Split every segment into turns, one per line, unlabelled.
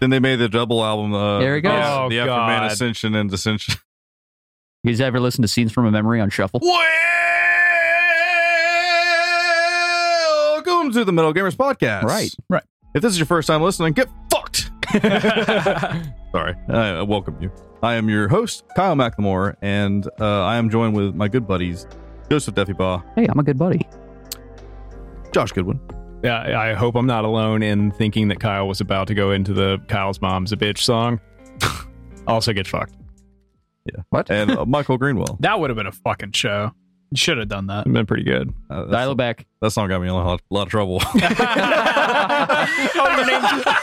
Then they made the double album. Uh,
There he goes.
Yeah,
Oh,
the Afterman
God.
Ascension and Dissension.
You guys ever listen to Scenes from a Memory on Shuffle?
Welcome to the Metal Gamers Podcast.
Right.
Right.
If this is your first time listening, get fucked. Sorry. I, I welcome you. I am your host, Kyle McLemore, and uh, I am joined with my good buddies, Joseph Defybaugh,
Hey, I'm a good buddy.
Josh Goodwin,
Yeah, I I hope I'm not alone in thinking that Kyle was about to go into the Kyle's Mom's a Bitch song. also get fucked.
What?
and uh, Michael Greenwell.
That would have been a fucking show. You should have done that.
I've been pretty good.
Uh, that,
Dial it back.
that song got me in a lot, lot of trouble.
Oh, your name's, oh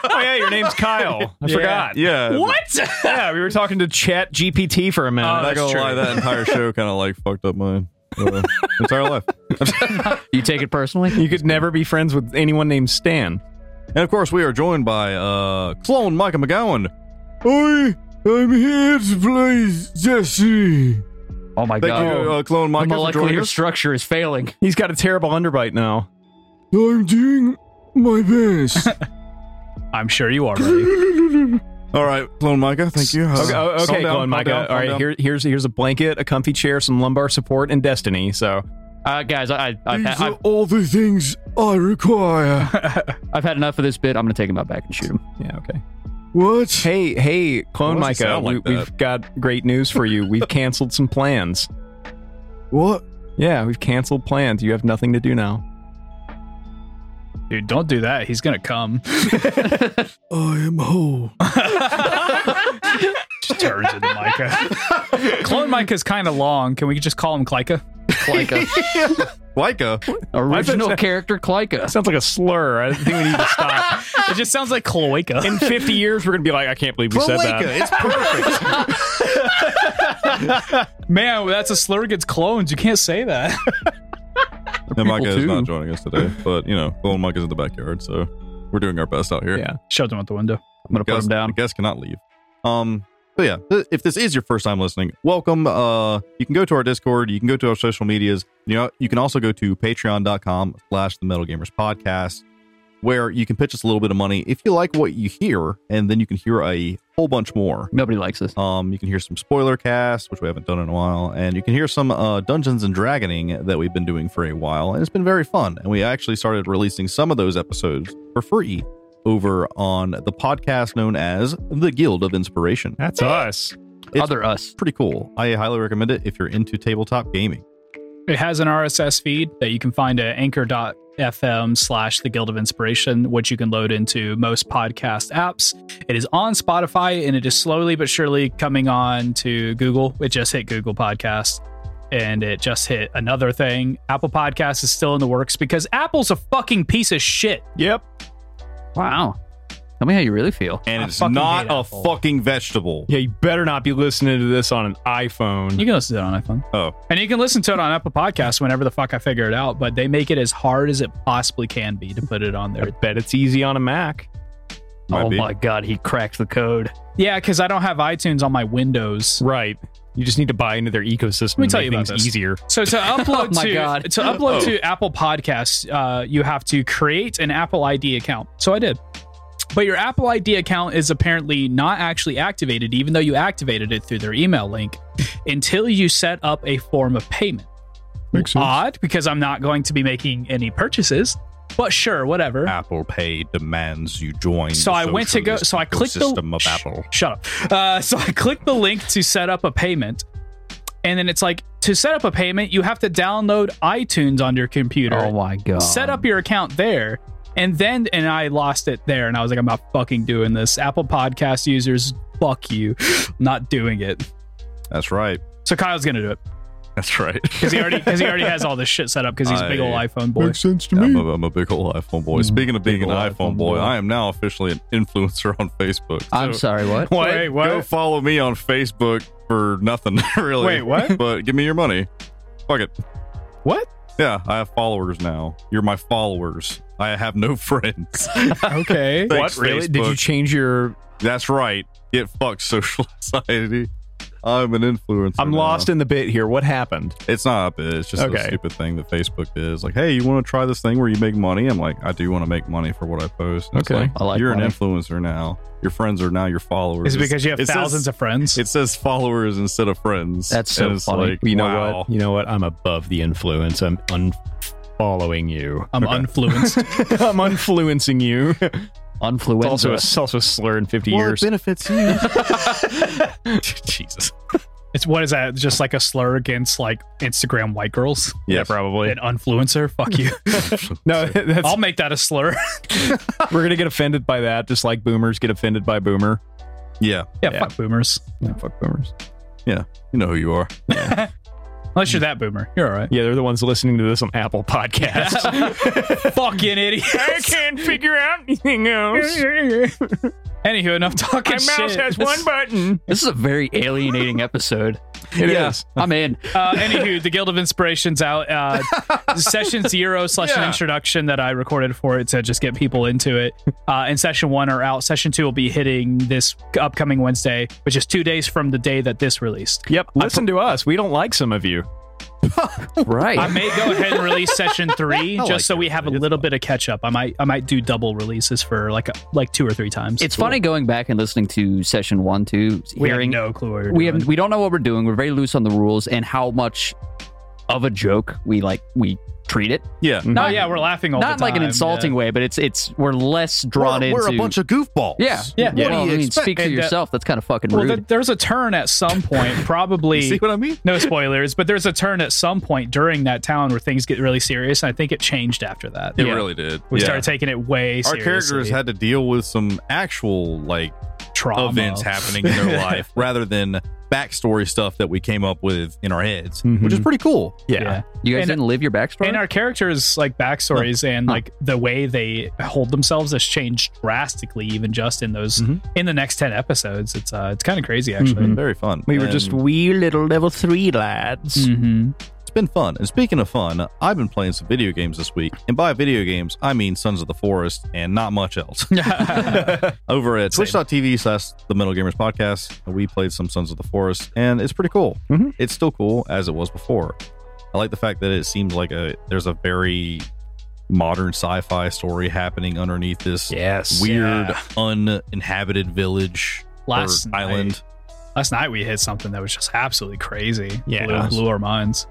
yeah, your name's Kyle. I
Yeah.
forgot.
yeah.
Yeah, we were talking to Chat GPT for a minute.
Oh,
I'm not
that's
gonna
true.
lie, that entire show kind of like fucked up my uh, entire life.
You take it personally?
you could never be friends with anyone named Stan.
And of course, we are joined by uh, clone Micah McGowan. I am here to play Jesse.
Oh my
Thank
god.
you, uh, clone
the
Micah, for joining
molecular
us.
structure is failing.
He's got a terrible underbite now.
I'm doing my best.
I'm sure you are. Buddy.
All right, clone Micah, thank you. Uh,
Okay,
calm
oh, okay
down,
go
calm
on, Micah.
down,
All
calm
right,
down.
here, here's here's a blanket, a comfy chair, some lumbar support, and destiny. So
Uh, guys, I, I, I've,
These
had,
are
I've,
all the things I require.
I've had enough of this bit. I'm going to take him out back and shoot him.
yeah, okay.
what?
Hey, hey, clone
Why does it
Micah,
sound like
we,
that?
we've got great news for you. We've canceled some plans.
What?
Yeah, we've canceled plans. You have nothing to do now.
Dude, don't do that. He's gonna come.
I am whole.
Just turns into Micah. Clone Micah's kind of long. Can we just call him Clyka?
Clyka.
Micah,
Original character Clyka.
Sounds like a slur. I think we need to stop.
It just sounds like cloaca.
In 50 years, we're going to be like, I can't believe we said
Micah,
that.
it's perfect.
Man, that's a slur against clones. You can't say that.
and Micah is
too.
not joining us today, but you know, clone Micah's in the backyard, so we're doing our best out here.
Yeah.
Shoved him out the window.
I'm going to put
guest,
him down.
the guest cannot leave. Um, but yeah, th- if this is your first time listening, welcome. Uh, you can go to our Discord. You can go to our social medias. You know, you can also go to patreon.com slash the Metal Gamers Podcast, where you can pitch us a little bit of money if you like what you hear, and then you can hear a whole bunch more.
Nobody likes this.
Um, you can hear some spoiler casts, which we haven't done in a while, and you can hear some uh, Dungeons and Dragoning that we've been doing for a while, and it's been very fun. And we actually started releasing some of those episodes for free over on the podcast known as the Guild of Inspiration.
That's us.
It's
Other us.
pretty cool. I highly recommend it if you're into tabletop gaming.
It has an RSS feed that you can find at anchor.fm slash the Guild of Inspiration, which you can load into most podcast apps. It is on Spotify and it is slowly but surely coming on to Google. It just hit Google Podcasts and it just hit another thing. Apple Podcasts is still in the works because Apple's a fucking piece of shit.
Yep.
Wow. Tell me how you really feel.
And
I
it's
fucking
not
hate
a
Apple.
fucking vegetable.
Yeah, you better not be listening to this on an iPhone.
You can listen to it on iPhone.
Oh,
And you can listen to it on Apple Podcasts whenever the fuck I figure it out, but they make it as hard as it possibly can be to put it on there.
I bet it's easy on a Mac.
might
oh
be.
my god, he cracked the code.
Yeah, because I don't have iTunes on my Windows.
Right. You just need to buy into their ecosystem.
Let me
and
tell
make
you about
things
this.
easier.
So to upload
Oh my
to
God. Oh.
to upload to Apple Podcasts, uh, you have to create an Apple ID account. So I did. But your Apple ID account is apparently not actually activated, even though you activated it through their email link, until you set up a form of payment.
Makes sense.
Odd, because I'm not going to be making any purchases. But sure, whatever.
Apple Pay demands you join.
So
the
I went to go.
socialist
So I clicked the
ecosystem of
Shh,
Apple.
Shut up. Uh, so I clicked the link to set up a payment, and then it's like to set up a payment, you have to download iTunes on your computer,
Oh my god.
set up your account there, and then and I lost it there, and I was like, I'm not fucking doing this. Apple Podcast users, fuck you, not doing it.
That's right.
So Kyle's gonna do it
That's right.
because he already because he already has all this shit set up because he's a big
I-
old iPhone boy.
sense to Mm,
I'm a, I'm a big old iPhone boy. Speaking of being an
old
iPhone,
iPhone
boy,
boy.
I am now officially an influencer on Facebook.
I'm
So-
sorry, what?
What?
Wait, what?
Go follow me on Facebook for nothing, really.
Wait, what?
But give me your money. Fuck it.
What?
Yeah, I have followers now. You're my followers. I have no friends.
Okay.
Thanks,
what really? Did you
Facebook.
change your?
That's right. Get fucked, social anxiety. I'm an influencer.
I'm
now.
lost in the bit here. What happened?
It's not up. It's just a
Okay.
stupid thing that Facebook did. It's like, hey, you want to try this thing where you make money? I'm like, I do want to make money for what I post. And it's
Okay.
like,
I like
you're
money.
an influencer now. Your friends are now your followers.
Is it because you have
It says-
thousands of friends?
It says followers instead of friends.
That's so
And it's
funny.
Like,
You know
wow.
what? You know what? I'm above the influence. I'm unfollowing you.
I'm
Okay.
unfluenced.
I'm unfluencing you. It's also a,
Unfluenza.
it's also a slur in 50 years.
benefits you?
Jesus.
it's what is that? Just like a slur against like Instagram white girls?
yeah,
probably.
An unfluencer? Fuck you.
No, that's
I'll make that a slur.
we're gonna get offended by that, just like boomers get offended by boomer.
yeah.
Yeah,
Yeah.
fuck boomers.
fuck boomers.
You know who you are.
Unless you're that boomer. You're all right.
Yeah, they're the ones listening to this on Apple Podcasts.
Fucking idiot.
can't figure out anything else.
Anywho, enough talking shit.
button.
This is a very alienating episode.
It is.
Yeah.
I'm in.
Uh, anywho, the Guild of Inspiration's out. Uh, session zero slash an
Yeah.
introduction that I recorded for it to just get people into it. Uh, and session one are out. Session two will be hitting this upcoming Wednesday, which is two days from the day that this released.
Yep. Listen to us. We don't like some of you.
Right.
I may go ahead and release session three just
like
so we have a little bit of catch up. I might I might do double releases for like a, like two or three times.
it's funny going back and listening to session one, two,
We have
hearing
no clue. What we're
we
doing.
have we don't know what we're doing. We're very loose on the rules and how much of a joke we like we treat it.
Mm-hmm. Yeah.
Oh
Not
yeah, we're laughing all the
not
time.
like an insulting
yeah.
way, but it's it's we're less drawn
we're,
into.
we're a bunch of goofballs.
yeah,
Yeah.
What
Yeah.
do
Well,
you
I mean,
expect?
speak for
And, uh,
yourself. That's kind of fucking
Well,
rude.
there, there's a turn at some point, probably.
See what I mean?
No spoilers, but there's a turn at some point during that town where things get really serious, and I think it changed after that.
It
Yeah.
really did.
We
Yeah.
started taking it way
Our
seriously.
characters had to deal with some actual like
trauma.
events happening in their life rather than backstory stuff that we came up with in our heads,
Mhm.
which is pretty cool.
Yeah.
you guys
and-
didn't live your backstory.
And our characters' like backstories and
Huh.
like the way they hold themselves has changed drastically, even just in those
Mhm.
in the next ten episodes. It's uh, it's kind of crazy actually.
Mhm.
Very fun.
We were just
And
wee little level three lads.
Mhm.
it's been fun. And speaking of fun, I've been playing some video games this week. And by video games, I mean Sons of the Forest and not much else. Over at
Same.
twitch.tv slash the Metal Gamers Podcast, we played some Sons of the Forest, and it's pretty cool.
Mhm.
It's still cool as it was before. I like the fact that it seems like a there's a very modern sci-fi story happening underneath this
Yes.
weird
Yeah.
uninhabited village
Last
or
night-
island.
Last night we hit something that was just absolutely crazy.
Yeah.
blew, blew our minds.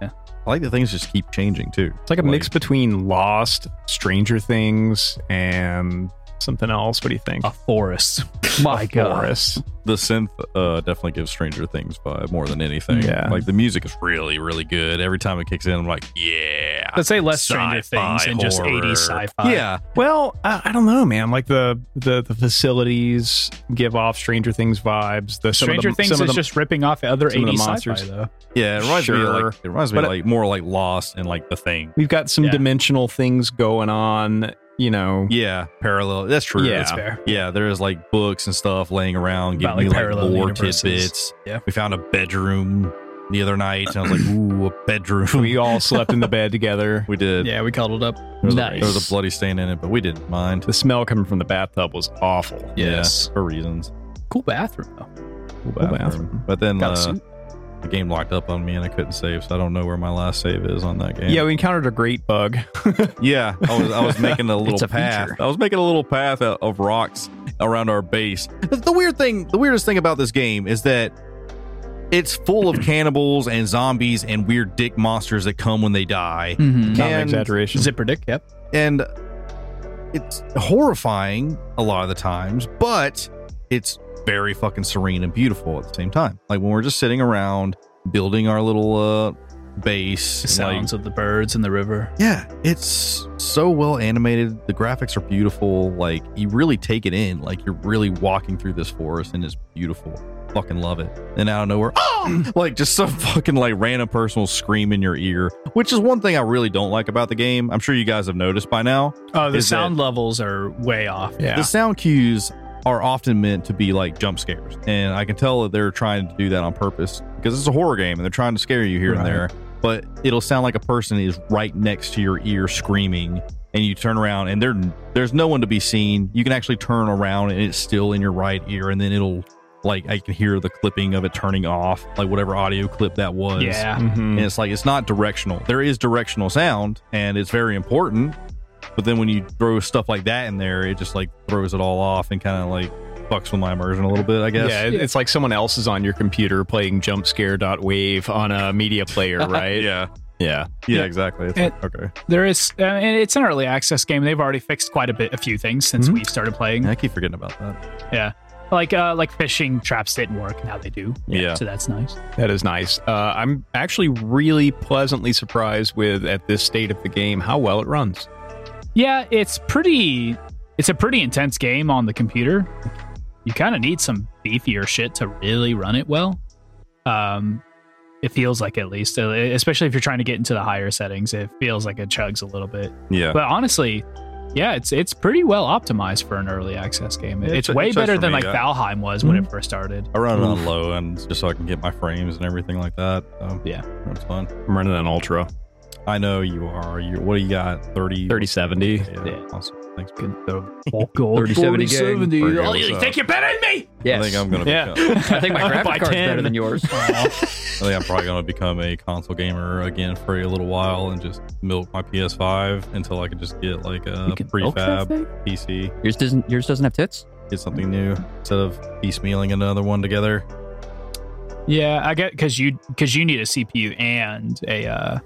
I like that things just keep changing too.
It's like a mix between Lost, Stranger Things, and something else. What do you think?
A forest.
my god,
Forest.
The synth uh, definitely gives Stranger Things vibe more than anything.
Yeah.
like the music is really, really good. Every time it kicks in, I'm like, yeah.
Let's say less Stranger
sci-fi
Things and just
horror.
80s sci-fi.
Yeah,
Well, I, I don't know, man. Like the, the the facilities give off Stranger Things vibes. The some of the-
Stranger Things
some of
is
the-
just ripping off other
some of the
80s sci-fi
monsters.
though.
Yeah, it reminds me of
Sure.
like it reminds me of
But-
like more like Lost and like the
Mm-hmm.
thing.
we've got some
Yeah.
dimensional things going on. You know,
Yeah, parallel. That's true.
Yeah.
That's fair.
yeah. There's like books and stuff laying around, giving
About, like,
me like
parallel
lore
universes.
tidbits.
Yeah.
we found a bedroom the other night, and I was like, ooh, a bedroom.
we all slept in the bed together.
We did.
Yeah, we cuddled up.
there was, a,
Nice.
there was a bloody stain in it, but we didn't mind.
The smell coming from the bathtub was awful.
Yes.
yeah, for reasons.
Cool bathroom though.
Cool
bathroom.
But then
Got a
uh,
suit.
the game locked up on me, and I couldn't save, so I don't know where my last save is on that game.
Yeah, we encountered a great bug.
Yeah, I was I was making a little
It's a
path.
feature.
I was making a little path o- of rocks around our base. The, the weird thing, the weirdest thing about this game is that it's full of cannibals and zombies and weird dick monsters that come when they die,
Mm-hmm.
Not an
And-
exaggeration.
Zipper dick. Yep.
and it's horrifying a lot of the times, but it's very fucking serene and beautiful at the same time. Like when we're just sitting around building our little uh base,
The
like,
sounds of the birds in the river.
yeah, it's so well animated. The graphics are beautiful. Like you really take it in. Like you're really walking through this forest, and it's beautiful. Fucking love it. And out of nowhere, "Ah!" like just some fucking like random personal scream in your ear, which is one thing I really don't like about the game. I'm sure you guys have noticed by now.
Oh, the
Is
sound levels are way off.
yeah.
The sound cues are often meant to be like jump scares, and I can tell that they're trying to do that on purpose because it's a horror game and they're trying to scare you here
Right.
and there. But it'll sound like a person is right next to your ear screaming, and you turn around and there there's no one to be seen. You can actually turn around and it's still in your right ear, and then it'll like I can hear the clipping of it turning off, like whatever audio clip that was.
Yeah.
Mhm.
And it's like it's not directional. There is directional sound and it's very important. But then when you throw stuff like that in there, it just like throws it all off and kind of like fucks with my immersion a little bit, I guess.
Yeah, it- it's like someone else is on your computer playing jumpscare.wave on a media player, right?
Yeah.
yeah.
Yeah,
Yeah.
exactly. It's
And-
like, okay.
There is, I mean, it's an early access game. They've already fixed quite a bit, a few things since
Mhm.
we started playing.
I keep forgetting about that.
Like, uh, like fishing traps didn't work. Now they do.
Yeah.
So that's nice.
That is nice. Uh, I'm actually really pleasantly surprised with, at this state of the game, how well it runs.
Yeah, it's pretty. It's a pretty intense game on the computer. You kind of need some beefier shit to really run it well. Um, it feels like at least, uh, especially if you're trying to get into the higher settings, it feels like it chugs a little bit.
Yeah.
But honestly, yeah, it's it's pretty well optimized for an early access game.
Yeah,
It's,
it
way
chugs
better
for
than
me,
like
yeah.
Valheim was
Hmm.
when it first started.
I run it on
Oof.
low and just so I can get my frames and everything like that. So,
Yeah.
That's fun.
I'm running an Ultra
I know you are. You what do you got? 30
3070.
Yeah.
Yeah.
Awesome. Thanks.
Oh, God,
3070 gang.
4070.
Pretty
Oh,
good,
you
so.
think you're better than me?
Yes.
I think I'm gonna
Yeah.
become,
I think my graphic
By
card's
10.
better than yours.
I think I'm probably gonna become a console gamer again for a little while and just milk my PS5 until I can just get like a
You can milk that
prefab
thing?
PC,
Yours doesn't. Yours doesn't have tits.
get something new instead of piecemealing another one together.
Yeah, I get because you because you need a CPU and a uh,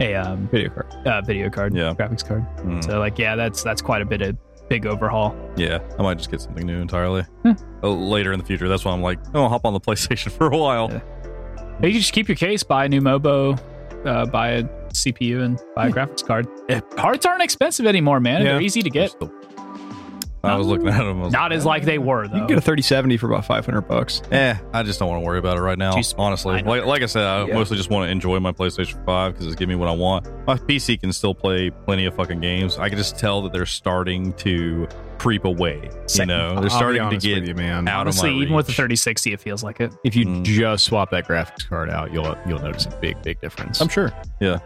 a um,
Video card.
uh, video card,
Yeah.
graphics card.
Mm,
So like, yeah, that's that's quite a bit of big overhaul.
yeah, I might just get something new entirely
Huh.
Oh, later in the future. That's why I'm like, oh, I'll hop on the PlayStation for a while.
Yeah. But you can just keep your case, buy a new MOBO, uh, buy a CPU, and buy a graphics card. Eh, Parts aren't expensive anymore, man.
Yeah.
They're easy to get.
Just the- I was looking at them. I was
Not as like they were
You
though.
can get a 3070 for about 500 bucks.
Eh, I just don't want to worry about it right now.
Just-
honestly,
I know.
like, like I said, I
Yeah.
mostly just want to enjoy my PlayStation Five because it's giving me what I want. My PC can still play plenty of fucking games. I can just tell that they're starting to creep away. You
Same.
know,
I'll
they're
be
starting to
honest
get
with you, man.
out
Honestly,
of my
even with the
reach.
3060, it feels like it.
If you
Mm.
just swap that graphics card out, you'll you'll notice a big big difference.
I'm sure. Yeah,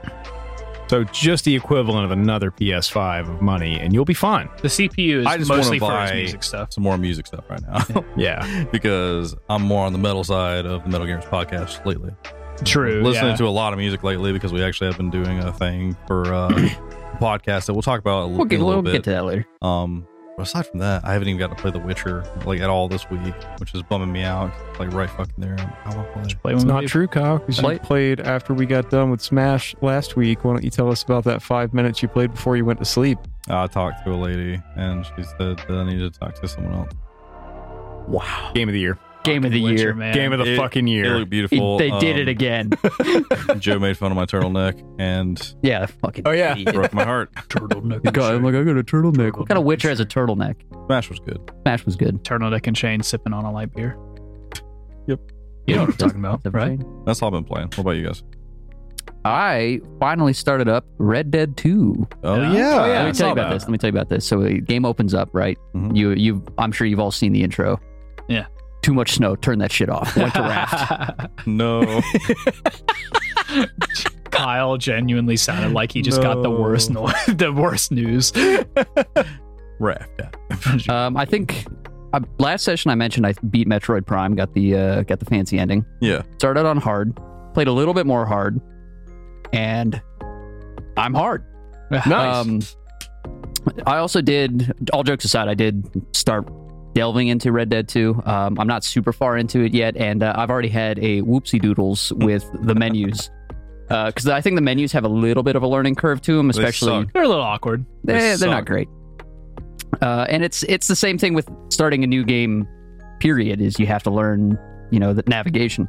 So just the equivalent of another PS5 of money, and you'll be fine.
The CPU is
I just
mostly for
wanna
his
buy-
music stuff.
some more music stuff right now
Yeah,
because I'm more on the metal side of the Metal Gears podcast lately.
True.
listening
yeah.
to a lot of music lately because we actually have been doing a thing for uh, a podcast that we'll talk about a, li-
We'll
in
get,
a little
we'll
bit.
get to that later.
Um, but aside from that, I haven't even got to play The Witcher like at all this week, which is bumming me out. Like right fucking there, I want to play.
Play
it's
one
not
with-
true, Kyle. Because
Play-
you played after we got done with Smash last week. Why don't you tell us about that five minutes you played before you went to sleep?
Uh, I talked to a lady, and she said that I need to talk to someone else.
Wow.
Game of the year.
Game of the
Witcher,
year.
man.
Game of the
It-
fucking
It
year.
looked beautiful.
they did it again.
again. Joe made fun of my turtleneck and
yeah. Fucking.
Oh, yeah.
idiot.
broke my heart.
turtleneck.
like, I got a turtleneck.
What kind of Witcher has a turtleneck?
Smash was good.
Smash was good.
turtleneck and chain sipping on a light beer.
Yep.
You know what I'm talking about, right?
That's all I've been playing. What about you guys?
I finally started up Red Dead 2.
Oh yeah,
Yeah. Oh,
Let me
yeah. I
tell
saw
you about
that.
this. Let me tell you about this. So the game opens up, right?
Mm-hmm.
Mhm.
You you I'm sure you've all seen the intro.
Yeah.
Too much snow, turn that shit off. Went to raft.
no.
Kyle genuinely sounded like he just got the
No.
worst no- the worst news.
Raft.
Um I think uh, last session I mentioned I beat Metroid Prime, got the uh, got the fancy ending.
Yeah.
started on hard, played a little bit more hard, and I'm hard. Um, I also did, all jokes aside, I did start delving into Red Dead 2. Um, I'm not super far into it yet, and uh, I've already had a whoopsie doodles with the menus. Because I think the menus have a little bit of a learning curve to them,
They
especially
suck.
They're a little awkward.
They
they are not
suck.
great. Uh, and it's it's the same thing with starting a new game. Period is you have to learn you know the navigation.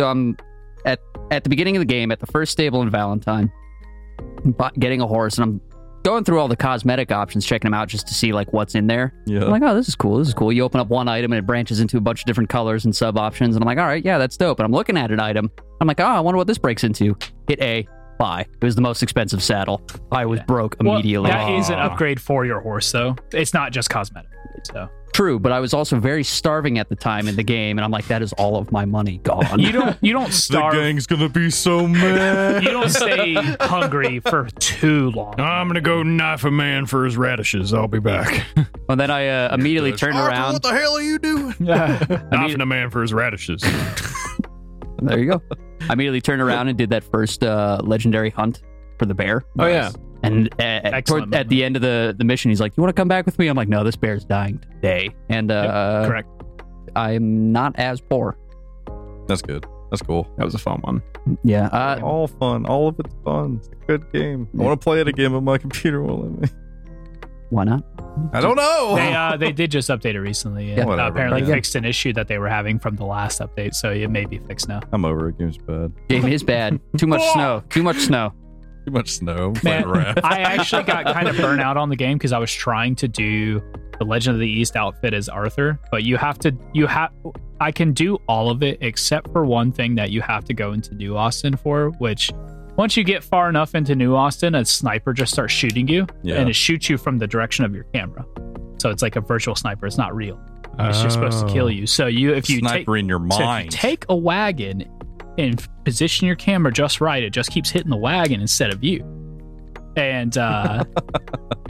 So I'm at at the beginning of the game at the first stable in Valentine, bu- getting a horse, and I'm going through all the cosmetic options, checking them out just to see like what's in there.
Yeah.
I'm like, oh, this is cool. This is cool. You open up one item and it branches into a bunch of different colors and sub options. And I'm like, all right, yeah, that's dope. And I'm looking at an item. I'm like, oh, I wonder what this breaks into. Hit A, buy. It was the most expensive saddle. I was broke
Well,
immediately.
that is an
Aw.
upgrade for your horse, though. It's not just cosmetic. So
True, but I was also very starving at the time in the game, and I'm like, that is all of my money gone.
You don't you don't starve.
The gang's gonna be so mad.
You don't stay hungry for too long.
I'm gonna go knife a man for his radishes. I'll be back.
and then I uh, immediately turned
Oh,
Arthur,
around.
What the hell are you doing?
Knifing a man for his radishes.
There you go. I immediately turned around and did that first uh, legendary hunt for the bear.
Oh, yeah.
And at, at,
Excellent
toward- at the end of the, the mission, he's like, "You want to come back with me?" I'm like, "No, this bear's dying today, and uh,
correct.
I'm not as poor."
That's good. That's cool.
That was a fun one.
Yeah, uh,
All fun. All of it's fun. It's a good game. I want to play it again, but my computer won't let me.
why not?
I don't know.
They uh, they did just update it recently and
Yeah.
uh,
Whatever,
apparently
man.
fixed an issue that they were having from the last update, so it may be fixed now.
I'm over it. Game's bad.
Game is bad. Too much snow. Too much snow.
Too much snow. I'm
Man.
playing Wrath.
I actually got kind of burnt out on the game because I was trying to do the Legend of the East outfit as Arthur, but you have to you have I can do all of it except for one thing that you have to go into New Austin for, which once you get far enough into New Austin, a sniper just starts shooting you
Yeah.
and it shoots you from the direction of your camera. So it's like a virtual sniper, it's not real. It's just supposed to kill you. So you if you take,
Sniper in your
so if you
mind.
take a wagon and position your camera just right, it just keeps hitting the wagon instead of you. And uh,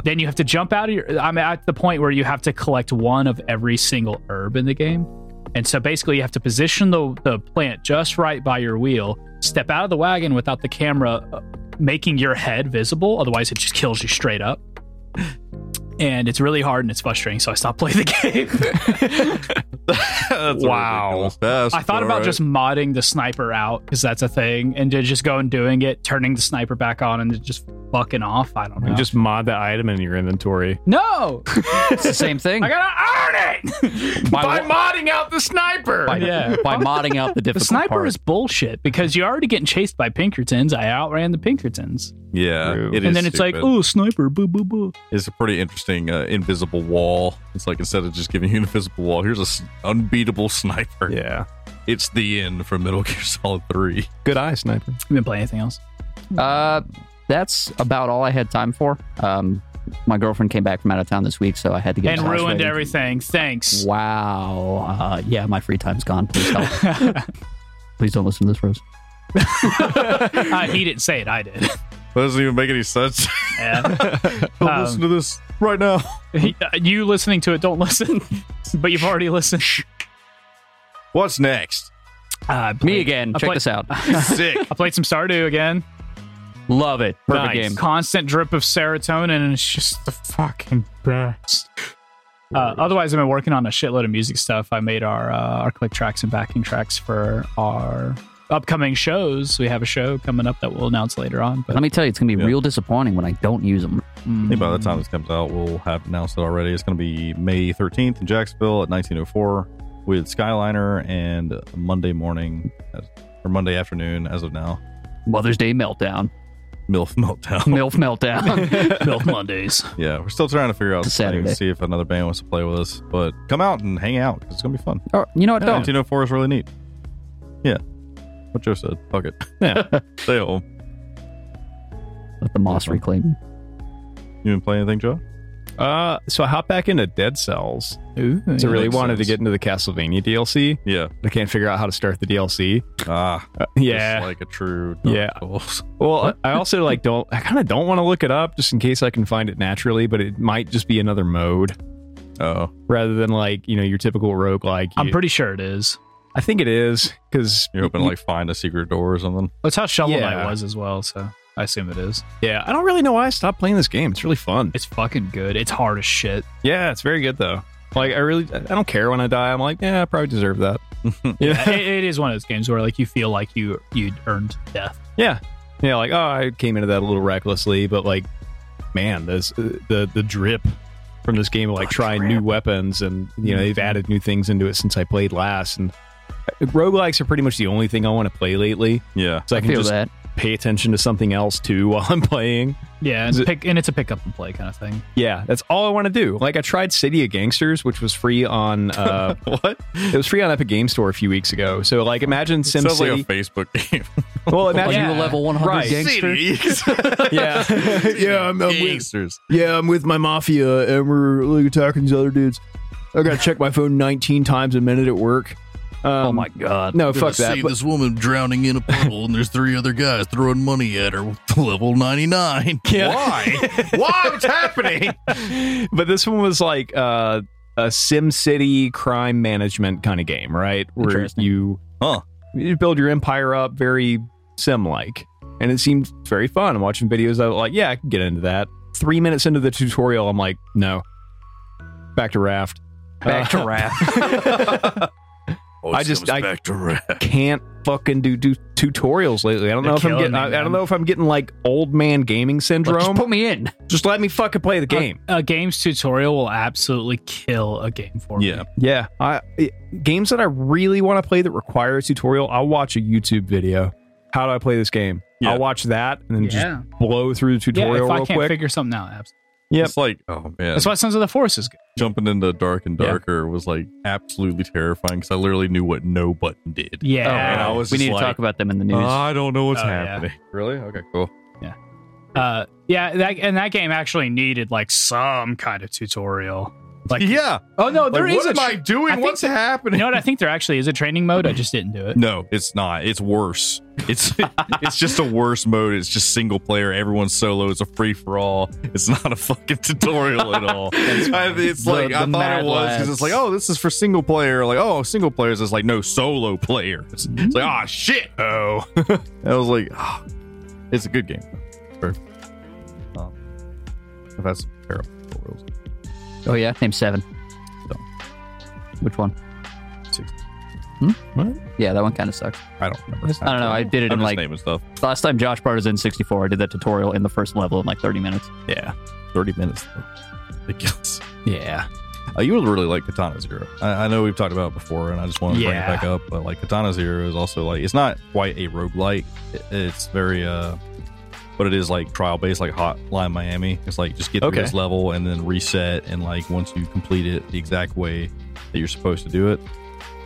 then you have to jump out of your. I'm at the point where you have to collect one of every single herb in the game. And so basically, you have to position the, the plant just right by your wheel, step out of the wagon without the camera uh, making your head visible. Otherwise, it just kills you straight up. And it's really hard and it's frustrating. So I stopped playing the game.
That's a
Wow.
ridiculous task,
I thought
but
about
alright.
just modding the sniper out because that's a thing, and to just go and doing it, turning the sniper back on, and just fucking off. I don't know.
You just mod that item in your inventory.
no,
It's the same thing.
I gotta earn it.
By,
modding out the sniper.
by,
Yeah.
by modding out the
The
difficult
sniper
part.
is bullshit because you're already getting chased by Pinkertons. I outran the Pinkertons,
Yeah.
True.
It is
and then it's like,
stupid.
oh, sniper, boo, boo, boo.
It's a pretty interesting uh, invisible wall. It's like instead of just giving you an invisible wall, here's a s- unbeatable sniper.
Yeah.
It's the end for Metal Gear Solid 3.
Good eye, sniper.
You been playing anything else?
Uh, that's about all I had time for. Um, my girlfriend came back from out of town this week, so I had to get
and
my house
ruined
ready.
everything. Thanks.
Wow. Uh, yeah, my free time's gone. Please help. Please don't listen to this, Rose.
Uh, he didn't say it. I did.
That doesn't even make any sense.
Yeah.
Don't
Um,
listen to this right now.
you listening to it? Don't listen. But you've already listened.
What's next?
Uh,
Me again.
I
Check
play-
this out.
Sick.
I played some Stardew again.
Love it. Perfect
Nice.
game.
constant drip of serotonin and it's just the fucking best. Uh, otherwise, I've been working on a shitload of music stuff. I made our uh, our click tracks and backing tracks for our upcoming shows. We have a show coming up that we'll announce later on. But
Let me tell you, it's gonna be
Yeah.
real disappointing when I don't use them.
I think by the time this comes out, we'll have announced it already. It's going to be May 13th in Jacksonville at 1904 with Skyliner and Monday morning as, or Monday afternoon as of now.
Mother's Day meltdown.
MILF Meltdown.
Milf meltdown.
Milk Mondays.
Yeah, we're still trying to figure out
It's a
the thing
Saturday.
to see if another band wants to play with us. But come out and hang out. 'cause It's gonna be fun.
oh, you know what? Don't.
1904 is really neat. Yeah, what Joe said. Fuck it.
Yeah.
Stay at home.
Let the moss reclaim. you.
You been playing anything, Joe?
uh, so I hopped back into Dead Cells. So I really
makes
wanted to
sense.
get into the Castlevania DLC.
Yeah.
I can't figure out how to start the DLC.
Ah.
Uh,
just
yeah.
like a true.
Yeah.
Souls.
well, I also like don't. I kind of don't want to look it up just in case I can find it naturally, but it might just be another mode
Oh.
rather than like you know your typical roguelike.
I'm
You-
pretty sure it is.
I think it is because
You're hoping to like find a secret door or something.
That's how Shovel
Yeah.
Knight was as well. So I assume it is.
yeah, I don't really know why I stopped playing this game. It's really fun.
It's fucking good. It's hard as shit.
Yeah, it's very good though. Like I really, I don't care when I die. I'm like, yeah, I probably deserve that.
it, it is one of those games where like you feel like you you earned death.
Yeah, yeah. Like, oh, I came into that a little recklessly, but like, man, this uh, the the drip from this game of like trying new weapons, and you know they've added new things into it since I played last. And uh, roguelikes are pretty much the only thing I want to play lately,
Yeah.
so I
I
can
feel
just
that.
pay attention to something else too while I'm playing.
Yeah,
Is it-
and, pick, and it's a pick up and play kind of thing.
Yeah, that's all I want to do. Like, I tried City of Gangsters, which was free on uh,
What?
it was free on Epic Game Store a few weeks ago. So like, imagine Sim
Sounds
City.
like a Facebook game.
well, imagine
Are you a
Yeah.
level 100
Right.
gangster?
yeah, yeah, I'm, I'm with,
Gangsters.
yeah, I'm with my mafia, and we're like, attacking these other dudes. I gotta check my phone 19 times a minute at work. Um,
oh my god.
No, fuck that.
see
but-
this woman drowning in a puddle, and there's three other guys throwing money at her with level 99.
Why? Why? What's happening?
but this one was like uh, a Sim City crime management kind of game, right? Where
Interesting.
you
Huh.
you build your empire up, very sim like, and it seemed very fun. I'm watching videos of it, like, yeah, I can get into that. Three minutes into the tutorial, I'm like, no, back to Raft. Uh,
Back to Wrath.
Oh,
I
it's
just-
comes
I-
back to rap.
Can't fucking do, do tutorials lately. I don't
They're
know if I'm getting.
killing me,
I, I
man.
don't know if I'm getting like old man gaming syndrome.
Like, just
just,
put me in.
let me fucking play the game.
A game's tutorial will absolutely kill a game for me.
Yeah.
Yeah, I it- games that I really want to play that require a tutorial, I'll watch a YouTube video. How do I play this game?
Yeah.
I'll watch that and then
Yeah.
just blow through the
Yeah,
tutorial
if I
real
can't
quick.
figure something out, absolutely.
Yep.
It's like, oh man,
That's why Sons of the Forest is good.
Oh,
jumping into dark and
Yeah.
darker was like absolutely terrifying because I literally knew what no button did. And
Yeah.
Oh, I was
we
just
need
like,
to talk about them in the news.
I don't know what's
Oh, yeah.
happening. Really? Okay, cool.
uh, yeah. That, and that game actually needed like some kind of tutorial. Like,
yeah.
Oh, no, there
like, what
is a
am
tra-
I doing?
I think
what's
that-
happening?
You know what? I think there actually is a training mode. I just didn't do it.
No, it's not. It's worse. It's it's just a worse mode. It's just single player. Everyone's solo. It's a free for all. It's not a fucking tutorial at all. I- it's
The-
like I thought
the Mad
it was because it's
Lads.
like oh this is for single player. Like oh single players is like no solo players. It's like ah shit. Oh, I was like, ah. it's a good game. Sure. Um, I've had some terrible tutorials.
oh yeah, name seven. Which one? Hmm?
Six.
Yeah, that one kind of sucks.
I don't remember.
I don't know. I did it
I'm
in
just
like
naming stuff.
last time Josh brought us in 64. I did that tutorial in the first level in like 30 minutes.
Yeah, thirty minutes. Ridiculous.
yeah.
Uh, you would really like Katana Zero. I, I know we've talked about it before, and I just want to bring it
Yeah.
back up. But like Katana Zero is also like it's not quite a roguelike. It, it's very uh, but it is like trial based, like Hotline Miami. It's like just get through
Okay.
this level and then reset, and like once you complete it the exact way that you're supposed to do it,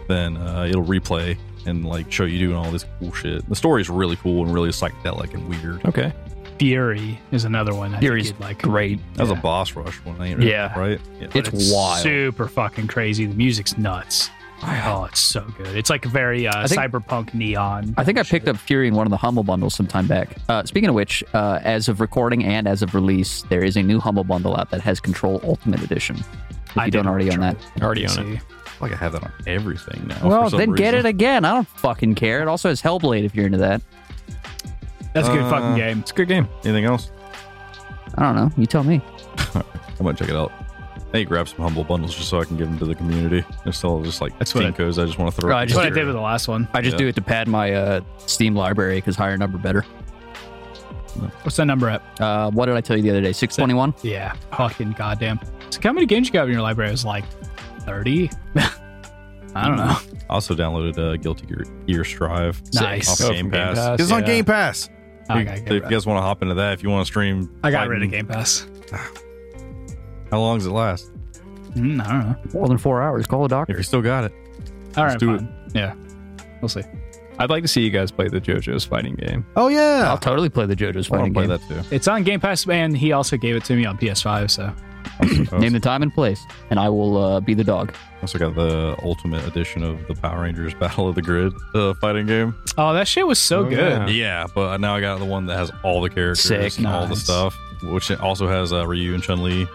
then uh, it'll replay and like show you doing all this cool shit. The story is really cool and really psychedelic and weird.
Okay.
Fury is another one. I
Fury's
think you'd like.
Great.
That was a boss rush one, ain't it?
Yeah.
right. Yeah.
It's, wild.
Super fucking crazy. The music's nuts. Oh, it's so good. It's like very uh,
I think-
cyberpunk neon.
I think I picked up Fury in one of the Humble Bundles sometime back. Uh, speaking of which, uh, as of recording and as of release, there is a new Humble Bundle out that has Control Ultimate Edition. If
I
you don't
didn't
already own
try
that,
Already on it.
See.
like I have that on everything now.
well,
for some
then get
reason.
it again. I don't fucking care. It also has Hellblade if you're into that.
That's a good
Uh,
fucking game.
It's a good game.
Anything else?
I don't know. You tell me.
I might check it out. I need to grab some humble bundles just so I can give them to the community. They're still just like
That's what I-
Stinkos. I, just want to throw.
Bro, I
up
just what I
here.
did with the last one.
I just
Yeah.
do it to pad my uh, Steam library because higher number better.
What's that number at?
Uh, what did I tell you the other day? 621?
Yeah, fucking goddamn. So how many games you got in your library? It was like thirty. I don't know.
I also downloaded uh, Guilty Gear, Gear Strive.
Nice.
Off
Oh,
of
from
Game,
Game
Pass.
Pass,
It's on
yeah.
Game Pass.
I
If-
got,
if you guys want to hop into that, if you want to stream,
I got rid
fighting,
of Game Pass.
How long does it last?
Mm, I don't know.
More than four hours. Call a
If
doctor.
you still got it,
All
Let's
right,
do it.
fine. Yeah, we'll see.
I'd like to see you guys play the JoJo's fighting game.
oh yeah,
I'll totally play the JoJo's
I want
fighting
to play
game.
that too.
It's on Game Pass, and he also gave it to me on PS5. So
Name the time and place, and I will uh, be the dog.
Also got the Ultimate Edition of the Power Rangers Battle of the Grid uh, fighting game.
Oh, that shit was so
Oh, yeah.
good.
Yeah, but now I got the one that has all the characters
Sick.
and all the
Nice.
stuff, which also has uh, Ryu and Chun Li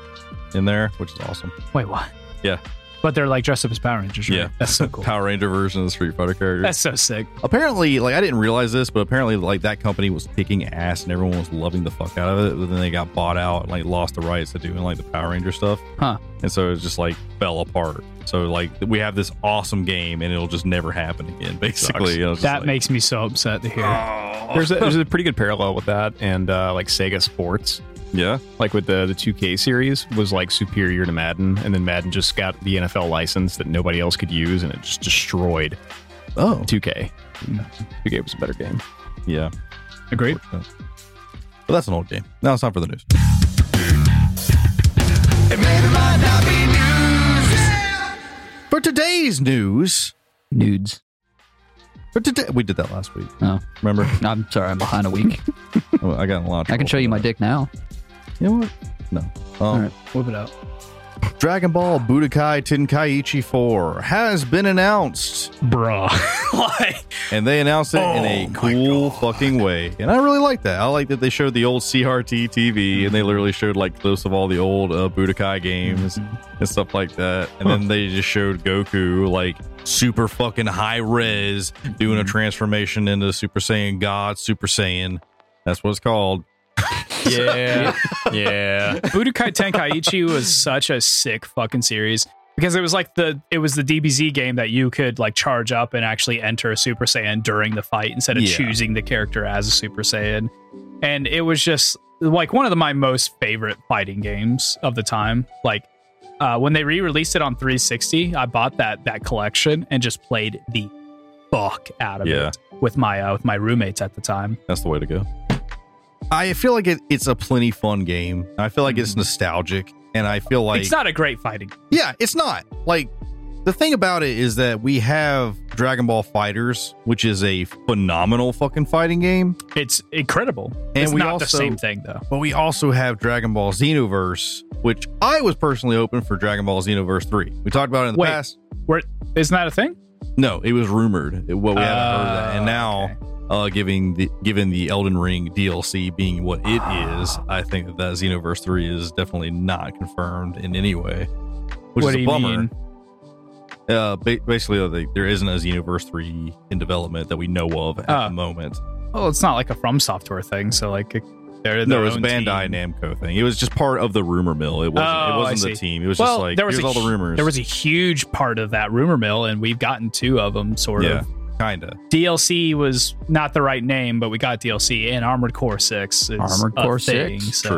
in there, which is awesome.
Wait, what?
Yeah.
But they're like dressed up as Power Rangers. Right?
Yeah.
That's so cool.
Power Ranger version of the Street Fighter character.
That's so sick.
apparently, like I didn't realize this, but apparently, like that company was kicking ass and everyone was loving the fuck out of it. But then they got bought out and like lost the rights to doing like the Power Ranger stuff.
Huh.
And so it just like fell apart. So like we have this awesome game and it'll just never happen again. Basically, And I was just
That
like,
makes me so upset to hear.
There's a, there's a pretty good parallel with that and uh, like Sega Sports,
yeah.
like with the the 2K series was like superior to Madden, and then Madden just got the NFL license that nobody else could use, and it just destroyed
Oh,
2K. 2K was a better game.
yeah.
Agreed.
But that's an old game. Now it's time for the news. For today's news,
Nudes.
for today, we did that last week.
Oh,
Remember, Oh,
I'm sorry. I'm behind a week.
I got in a lot. Of
I
trouble
can show you
for
my
that.
dick now.
You know what? No. Um,
All right.
Whip it out.
Dragon Ball Budokai Tenkaichi 4 has been announced,
bruh. like,
and they announced it in
Oh
a
my
cool
God.
fucking way. And I really like that. I like that they showed the old CRT TV and they literally showed like clips of all the old uh, Budokai games and stuff like that. And then they just showed Goku like super fucking high res doing
Hmm.
a transformation into Super Saiyan God, Super Saiyan. That's what it's called.
Yeah, yeah.
Budokai Tenkaichi was such a sick fucking series because it was like the it was the DBZ game that you could like charge up and actually enter a Super Saiyan during the fight instead of
Yeah.
choosing the character as a Super Saiyan. And it was just like one of the, my most favorite fighting games of the time. Like uh, when they re-released it on 360, I bought that that collection and just played the fuck out of
Yeah.
it with my uh, with my roommates at the time.
That's the way to go. I feel like it, it's a plenty fun game. I feel like
Hmm.
it's nostalgic. And I feel like
it's not a great fighting.
Yeah, it's not. Like the thing about it is that we have Dragon Ball Fighters, which is a phenomenal fucking fighting game,
It's incredible.
And
it's
we
not the
also-
same thing though.
but we also have Dragon Ball Xenoverse, which I was personally open for Dragon Ball Xenoverse 3. We talked about it in the
Wait.
past.
Where isn't that a thing?
No, it was rumored. It- well, we haven't heard of that. And
Oh,
now
okay.
uh giving the given the Elden Ring DLC being what it
Ah.
is, I think that, that Xenoverse 3 is definitely not confirmed in any way. Which
What
is
do
a
you
bummer.
mean?
Uh, ba- basically, uh, they, there isn't a Xenoverse 3 in development that we know of at
Ah.
the moment.
Well, it's not like a From Software thing, so like it- they're
No,
their
it was
own
Bandai
team.
Namco thing. It was just part of the rumor mill. It wasn't,
Oh,
it
I
wasn't the
see.
team. It was
Well,
just like,
there was
here's
a
all the
hu-
rumors.
There was a huge part of that rumor mill, and we've gotten two of them, sort
yeah,
of.
kind of.
DLC was not the right name, but we got DLC and Armored Core Six. Is
Armored
a
Core
thing,
6?
so-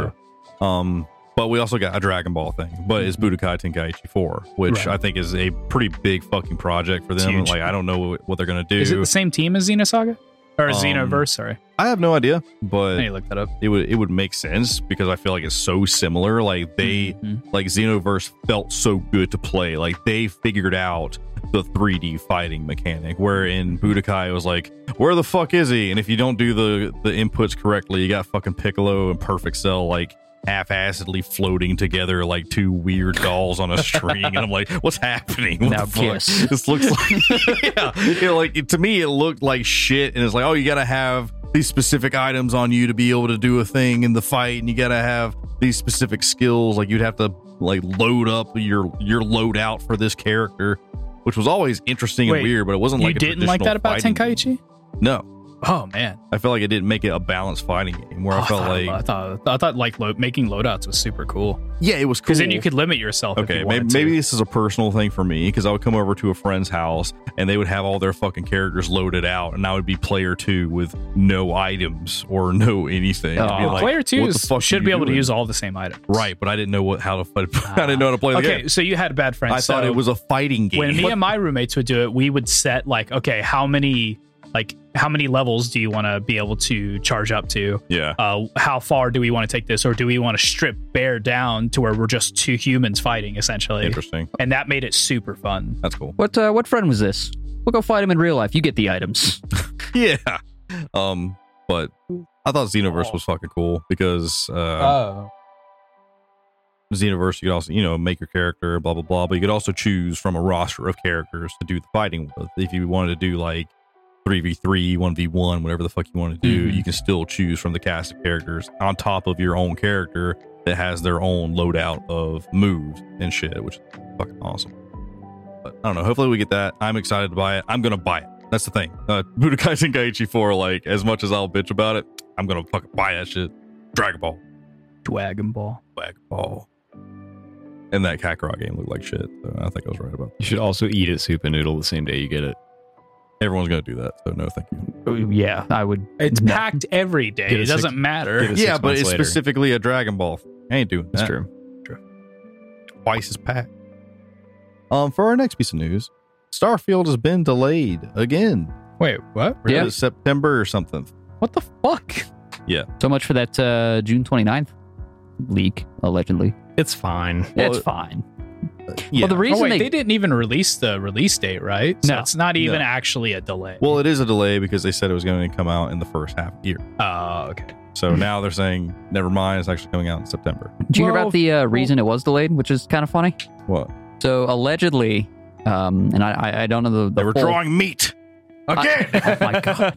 True. Um, but we also got a Dragon Ball thing, but it's Budokai Tenkaichi 4, which
Right.
I think is a pretty big fucking project for
It's
them.
huge.
Like, I don't know what, what they're going to
Is it
do.
the same team as Xenosaga or
Um,
Xenoverse? Sorry,
I have no idea,
I
but
need to look that up.
it would it would make sense because I feel like it's so similar. Like they
Mhm.
like Xenoverse felt so good to play. Like they figured out the 3D fighting mechanic. Where in Budokai it was like, where the fuck is he? And if you don't do the the inputs correctly, you got fucking Piccolo and Perfect Cell like half-assedly floating together like two weird dolls on a string. and I'm like, what's happening? What
Now
the fuck?
kiss.
This looks like yeah. It, like it- to me, it looked like shit. And it's like, oh, you gotta have these specific items on you to be able to do a thing in the fight, and you gotta have these specific skills. Like you'd have to like load up your your loadout for this character, which was always interesting and
Wait,
weird. But it wasn't
You
like a
didn't like
traditional
that about
fighting game.
Tenkaichi?
No,
Oh man,
I felt like it didn't make it a balanced fighting game where
Oh,
I felt
thought,
like
I thought I thought like lo- making loadouts was super cool
yeah, it was cool.
because then you could limit yourself. if
Okay,
you
maybe,
wanted to.
maybe this is a personal thing for me because I would come over to a friend's house and they would have all their fucking characters loaded out, and I would be player two with no items or no anything. I'd be
Aw.
like,
player two
"What the
is-
fuck are
should
you
be able to
doing?"
use all the same items.
right, but I didn't know what how to fight. I didn't know how to play the
Ah. Okay,
game.
so you had bad friends.
I thought
so
it was a fighting game.
when me and my roommates would do it, we would set like, okay, how many like how many levels do you want to be able to charge up to?
yeah,
Uh, how far do we want to take this, or do we want to strip bear down to where we're just two humans fighting essentially?
interesting.
And that made it super fun.
That's cool.
What uh, what friend was this? We'll go fight him in real life. You get the items.
Yeah. Um, but I thought Xenoverse was fucking cool because uh,
Oh,
Xenoverse, you could also, you know, make your character, blah, blah, blah. But you could also choose from a roster of characters to do the fighting with. If you wanted to do like 3v3, 1v1, whatever the fuck you want to do,
Mm-hmm.
Mhm.
you can still choose from the cast of characters on top of your own character that has their own loadout of moves and shit, which is fucking awesome. But I don't know. Hopefully we get that. I'm excited to buy it. I'm going to buy it. That's the thing. Uh, Budokai Tenkaichi 4, like, as much as I'll bitch about it, I'm going to fucking buy that shit. Dragon Ball.
Dragon Ball.
Black Ball. And that Kakarot game looked like shit. So I think I was right about that.
You should also eat it soup and noodle the same day you get it.
Everyone's going to do that. So no, thank you.
yeah, I would.
It's
No.
packed every day.
Get a
It
six-
doesn't matter.
get a- Six months later.
specifically a Dragon Ball. I ain't doing
That's
that.
true.
Twice as packed. Um, for our next piece of news, Starfield has been delayed again.
Wait, what?
We're
Yeah.
to September or something.
What the fuck?
So much for that uh, June 29th leak, allegedly.
It's fine.
Well,
it's fine.
yeah.
Well, the reason
oh, wait, they,
they,
didn't even release the release date, right? So
No.
it's not even actually a delay.
well, it is a delay because they said it was going to come out in the first half year.
Ah,
Oh, okay.
So now they're saying, never mind, it's actually coming out in September.
did you hear
Well,
about the uh, reason it was delayed, which is kind of funny.
What?
So allegedly, um, and I, I- I don't know the, the
They were
full,
drawing meat again.
oh my god!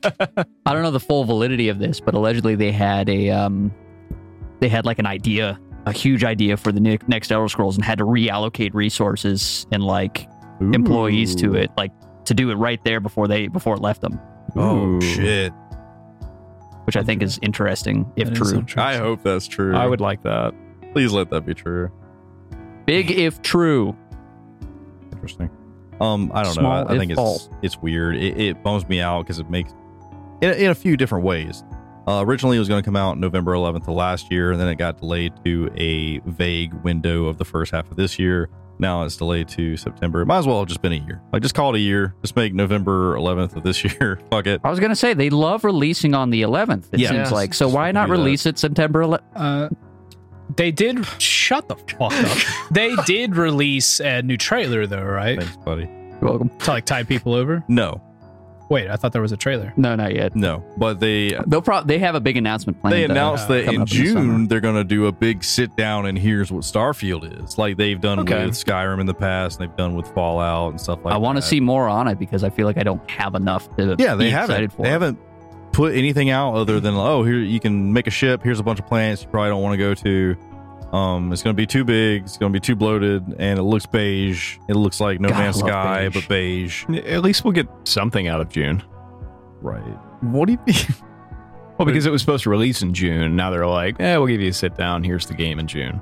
I don't know the full validity of this, but allegedly they had a um, they had like an idea, a huge idea for the ne- next Elder Scrolls, and had to reallocate resources and like employees to it, like to do it right there before they before it left them,
Oh
Ooh.
shit!
which I think is interesting if
That is
true.
interesting.
I hope that's true.
I would like that.
please let that be true.
Big if true.
Interesting. Um, I don't
Small
know. I, I
if
think it's
false.
it's weird. It, it bums me out because it makes in, in a few different ways. Uh, originally, it was going to come out November 11th of last year, and then it got delayed to a vague window of the first half of this year. Now it's delayed to September. It might as well have just been a year. Like, just call it a year. Just make November 11th of this year. Fuck it.
I was gonna say they love releasing on the 11th. It
Yeah.
seems
Yes.
like so. Why
Just
not
do that.
release it September 11th?
Uh, they did shut the fuck up. they did release a new trailer though, right?
Thanks, buddy.
You're welcome.
To like tie people over.
No,
Wait, I thought there was a trailer.
No, not yet.
no. But they
They'll probably they have a big announcement planned.
they
uh,
announced that
coming
in
up in the summer.
June they're going to do a big sit down and here's what Starfield is. Like they've done
Okay.
with Skyrim in the past, and they've done with Fallout and stuff like.
I want to
that.
see more on it because I feel like I don't have enough to
Yeah,
be
they
excited
haven't.
for.
They haven't put anything out other than oh, here you can make a ship. Here's a bunch of planets you probably don't want to go to. Um, it's going to be too big. It's going to be too bloated, and it looks beige. It looks like No
God, I
Man's
love
Sky,
beige.
but beige.
At least we'll get something out of June.
Right.
What do you mean? Well, because it was supposed to release in June. Now they're like, eh, we'll give you a sit down. Here's the game in June.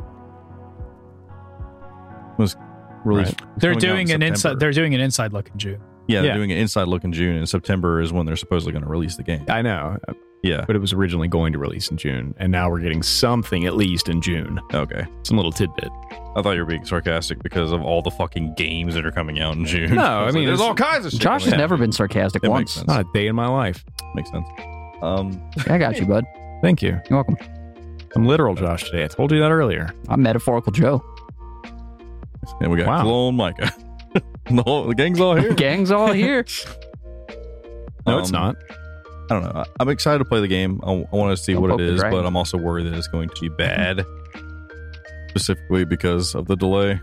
Release.
Right.
it's coming out
They're
in
doing an inside.
September.
They're doing an inside look in June.
yeah, they're
yeah.
doing an inside look in June, and September is when they're supposedly going to release the game.
I know,
Yeah.
but it was originally going to release in June, and now we're getting something at least in June.
Okay.
Some little tidbit.
I thought you were being sarcastic because of all the fucking games that are coming out in June.
No,
was
I mean,
there's
it's-
all kinds of shit.
Josh has
going
never
on.
been sarcastic
It makes
once.
sense.
Not a day in my life.
Makes sense. Um,
I got you, bud.
Thank you.
You're welcome.
I'm literal Josh today. I told you that earlier.
I'm metaphorical Joe.
and we got
Wow.
Clone Micah. the, whole, the gang's all here.
Gang's all here.
No, it's
Um,
not.
I don't know. I- I'm excited to play the game. I, want to see
Don't
what
poke
it
the
is,
dragon.
but I'm also worried that it's going to be bad, specifically because of the delay.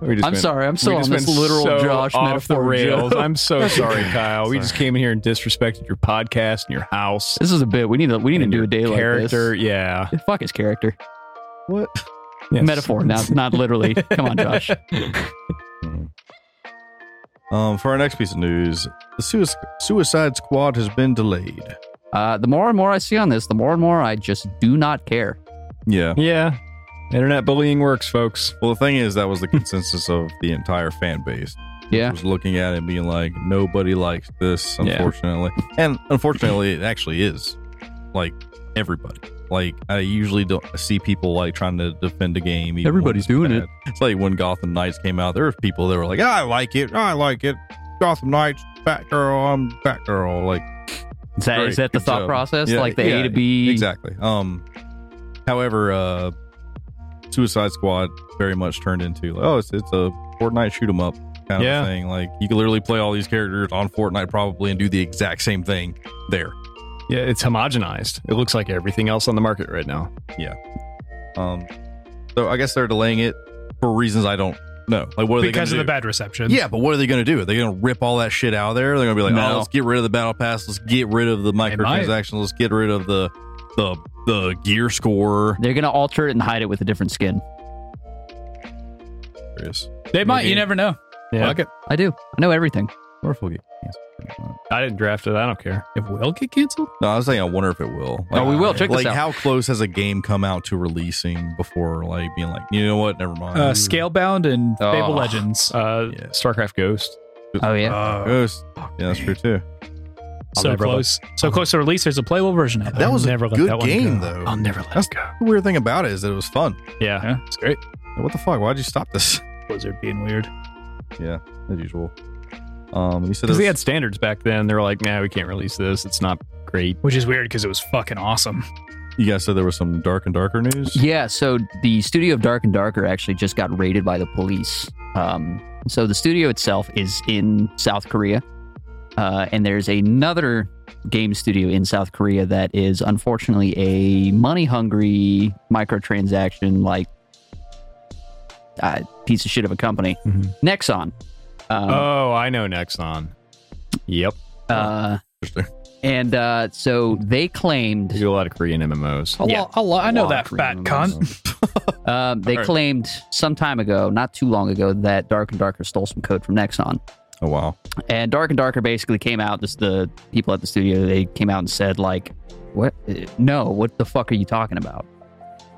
We just
I'm
went-
sorry. I'm
we
still on
just
this
went
literal
so
Josh
off the
metaphorical
rails.
Joe.
I'm so sorry, Kyle. We
Sorry.
just came in here and disrespected your podcast and your house.
This is a bit. We need to. We need to
and
do
your
a day
character.
like
Yeah.
this. Fuck his character.
What?
Yes.
Metaphor, not not literally. Come on, Josh.
Um, for our next piece of news, the Suis- Suicide Squad has been delayed.
Uh, the more and more I see on this, the more and more I just do not care.
Yeah.
Yeah. Internet bullying works, folks.
Well, the thing is, that was the consensus of the entire fan base.
Yeah.
was looking at it and being like, nobody likes this,
Yeah.
unfortunately. And unfortunately, it actually is like everybody. Like I usually don't see people like trying to defend a game. even
Everybody's
when it's
doing it.
bad. It's like when Gotham Knights came out. There were people that were like, I like it, I like it. Gotham Knights, Batgirl, I'm Batgirl. Like
Is that,
Great,
is that the
good
thought
job.
process?
Yeah,
like the
yeah,
A to
Mm.
B.
exactly. Um, however, uh, Suicide Squad very much turned into like, oh, it's it's a Fortnite shoot 'em up kind
Yeah.
of thing. Like you can literally play all these characters on Fortnite probably and do the exact same thing there.
Yeah, it's homogenized. It looks like everything else on the market right now.
Um, so I guess they're delaying it for reasons I don't know. Like what are
Because
they gonna
of the
do?
bad reception.
Yeah, but what are they going to do? Are they going to rip all that shit out of there? They're going to be like,
No.
oh, let's get rid of the battle pass. Let's get rid of the
might.
microtransactions. Let's get rid of the the the gear score.
They're gonna alter it and hide it with a different skin.
They might.
Maybe.
You never know.
Yeah.
Fuck it.
I do. I know everything.
Wonderful game.
I didn't draft it. I don't care.
It will get canceled.
No, I was saying I wonder if it will.
Oh, we will. Check this
like
out.
how close has a game come out to releasing before like being like, you know what, never mind.
Uh, Scalebound and
Oh.
Fable Legends.
Uh,
Yeah.
StarCraft Ghost.
Oh yeah.
Uh,
Uh,
Oh,
Ghost. Yeah, that's true too.
I'll
so
never let-
close. So close to release. There's a playable version of it.
That was a
never let
good
that one
game,
go.
though.
I'll never let
That's-
it go.
The weird thing about it is that it was fun.
Yeah.
Yeah, it's great.
What the fuck? Why'd you stop this?
Blizzard being weird.
As usual. Um, you said it
Because
was,
they had standards back then. They were like, nah, we can't release this. It's not great.
Which is weird because it was fucking awesome.
you guys said there was some dark and darker news.
Yeah, so the studio of Dark and Darker actually just got raided by the police. Um, so the studio itself is in South Korea, uh, and there's another game studio in South Korea that is unfortunately a money-hungry microtransaction like uh, piece of shit of a company,
Mhm.
Mm-hmm.
Nexon. Um,
oh, I know Nexon. Yep,
uh,
Interesting.
and uh, so they claimed
they do a lot of Korean MMOs.
I'll,
Yeah.
I'll, I know
Lot
that
of
fat
Korean
cunt.
MMOs. um, they
Alright.
claimed some time ago, not too long ago, that Dark and Darker stole some code from Nexon.
Oh wow.
And Dark and Darker basically came out. This the people at the studio. They came out and said like, "What? uh, No, what the fuck are you talking about?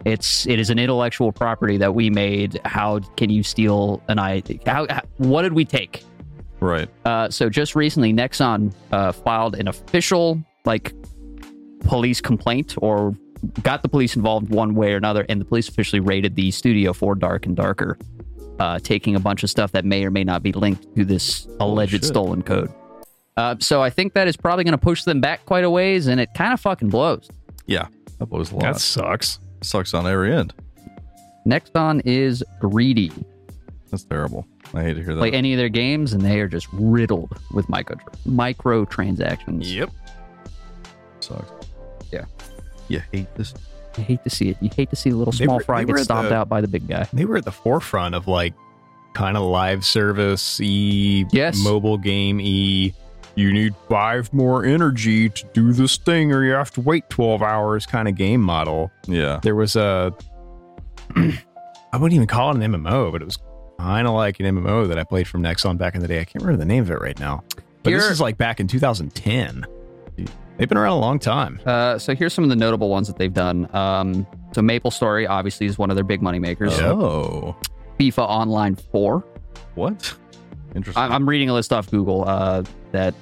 It's it is an intellectual property that we made. How can you steal an I? How, how what did we take?
Right.
Uh, so just recently, Nexon uh, filed an official like police complaint or got the police involved one way or another, and the police officially raided the studio for Dark and Darker, uh, taking a bunch of stuff that may or may not be linked to this alleged
shit.
stolen code. Uh, so I think that is probably going to push them back quite a ways, and it kind of fucking blows.
Yeah. That blows a lot.
That sucks.
Sucks on every end.
Nexon is greedy.
That's terrible. I hate to hear that.
Play any of their games, and they are just riddled with micro microtransactions.
sucks.
Yeah.
You hate this.
You hate to see it. You hate to see a little
They
small
were-
fry
they
get
were
stomped
the-
out by the big guy.
They were at the forefront of like kind of live service e
Yes.
mobile game e. You need five more energy to do this thing, or you have to wait twelve hours kind of game model.
Yeah.
There was a I wouldn't even call it an MMO, but it was kind of like an MMO that I played from Nexon back in the day. I can't remember the name of it right now, but this
Here-
is like back in 2010. They've been around a long time.
Uh, so here's some of the notable ones that they've done. Um, so Maple Story obviously is one of their big money makers.
Yeah.
Oh.
FIFA Online Four.
What? Interesting.
I- I'm reading a list off Google uh, that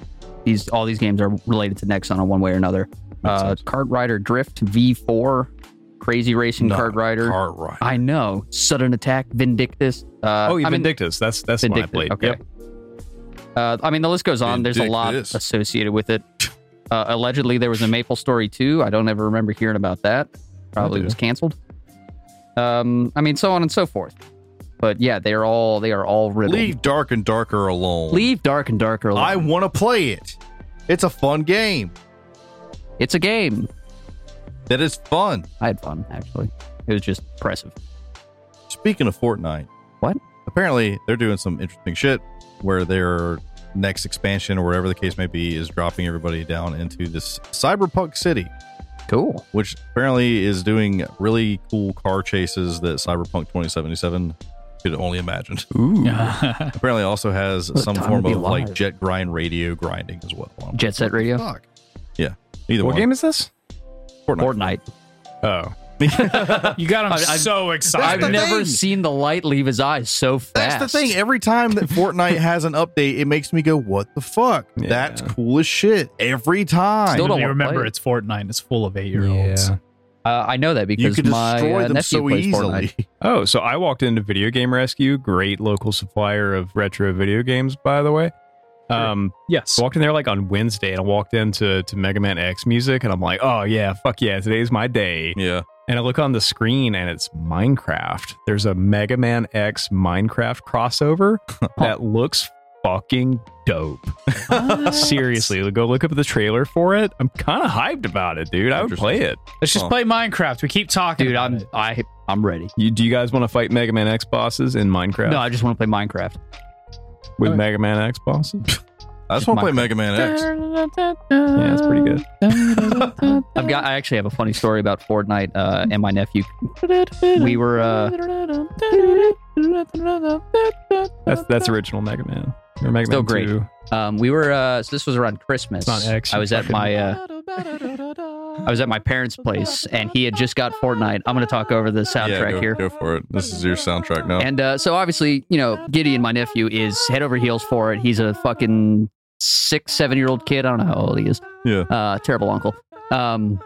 these all these games are related to Nexon in one way or another.
Makes
Uh,
sense.
Kart Rider Drift V4, Crazy Racing
No,
Kart Rider.
Car ride.
I know Sudden Attack Vindictus. Uh, I
oh,
mean,
Vindictus. That's that's what I
Vindictive.
played.
Okay.
Yep.
Uh, I mean, the list goes on. There's a lot
Vindictus.
associated with it. Uh, allegedly, there was a Maple Story 2. I don't ever remember hearing about that. Probably
do.
was canceled. Um, I mean, so on and so forth. But yeah, they are all they are all riddled.
Leave Dark and Darker alone.
Leave Dark and Darker alone.
I want to play it. It's a fun game.
it's a game.
That is fun.
I had fun actually. It was just impressive.
Speaking of Fortnite,
What?
Apparently, they're doing some interesting shit where their next expansion or whatever the case may be is dropping everybody down into this cyberpunk city,
Cool.
which apparently is doing really cool car chases that Cyberpunk 2077 could only imagine.
Ooh.
apparently, it also has
What a
some
time
form
to be
of like
alive.
jet grind radio grinding as well. Um,
Jet Set Radio.
Fuck. Yeah. Either
What
one.
game is this?
Fortnite.
Fortnite.
Oh,
you got him
I- I-
so
I've
excited.
the
never
thing.
seen the light leave his eyes so
That's
fast.
the thing. Every time that Fortnite has an update, it makes me go, "What the fuck?
Yeah.
That's cool as shit." Every time.
Still don't
You
wanna
remember
play it.
it's Fortnite. It's full of eight year olds.
Uh, I know that because my uh, nephew plays Fortnite.
Oh, so I walked into Video Game Rescue, great local supplier of retro video games, by the way. Um,
Yes.
so I walked in there like on Wednesday, and I walked into to Mega Man X music, and I'm like, oh yeah, fuck yeah, today's my day.
Yeah.
And I look on the screen, and it's Minecraft. There's a Mega Man X Minecraft crossover that looks fucking dope. Seriously, go look up the trailer for it. I'm kind of hyped about it, dude. I would
Interesting.
play it.
Let's just
Oh.
play Minecraft. We keep talking.
Dude,
about
I'm
it.
I I'm ready.
You, do you guys want to fight Mega Man X bosses in Minecraft
No, I just want to play Minecraft.
with Mega Man X bosses?
I just want to play Mega Man X.
Yeah, that's pretty good.
I've got. I actually have a funny story about Fortnite uh, and my nephew. We were. Uh,
That's that's original Mega Man. Or Mega
Uh, Still
Man
great.
2.
um, we were. Uh, so this was around Christmas.
It's not X,
I was at
fucking-
my. Uh, I was at my parents' place, and he had just got Fortnite. I'm going to talk over the soundtrack
yeah, go,
here.
Go for it. This is your soundtrack now.
And uh, so obviously, you know, Gideon, my nephew, is head over heels for it. He's a fucking six, seven year old kid. I don't know how old he is.
Yeah.
Uh, terrible uncle. Um,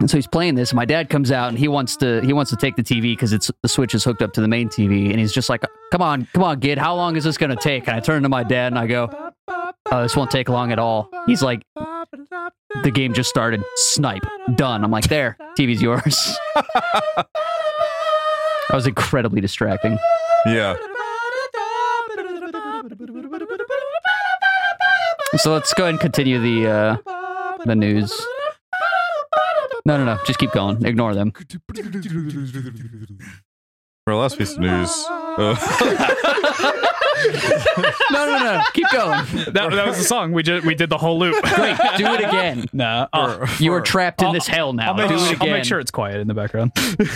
and so he's playing this. And my dad comes out and he wants to he wants to take the TV because it's the switch is hooked up to the main TV. And he's just like, "Come on, come on, kid, how long is this gonna take?" And I turn to my dad and I go, "Oh, this won't take long at all." He's like, the game just started. Snipe. Done. I'm like, there, TV's yours. that was incredibly distracting.
Yeah.
So let's go ahead and continue the uh, the news. No, no, no. Just keep going. Ignore them.
For the last piece of news. Uh,
No, no, no. Keep going.
That, that was the song. We just we did the whole loop.
Great. Do it again.
nah, I'll,
Oh, You are trapped in this hell now.
I'll make,
Do it
sure,
again.
I'll make sure it's quiet in the background. It's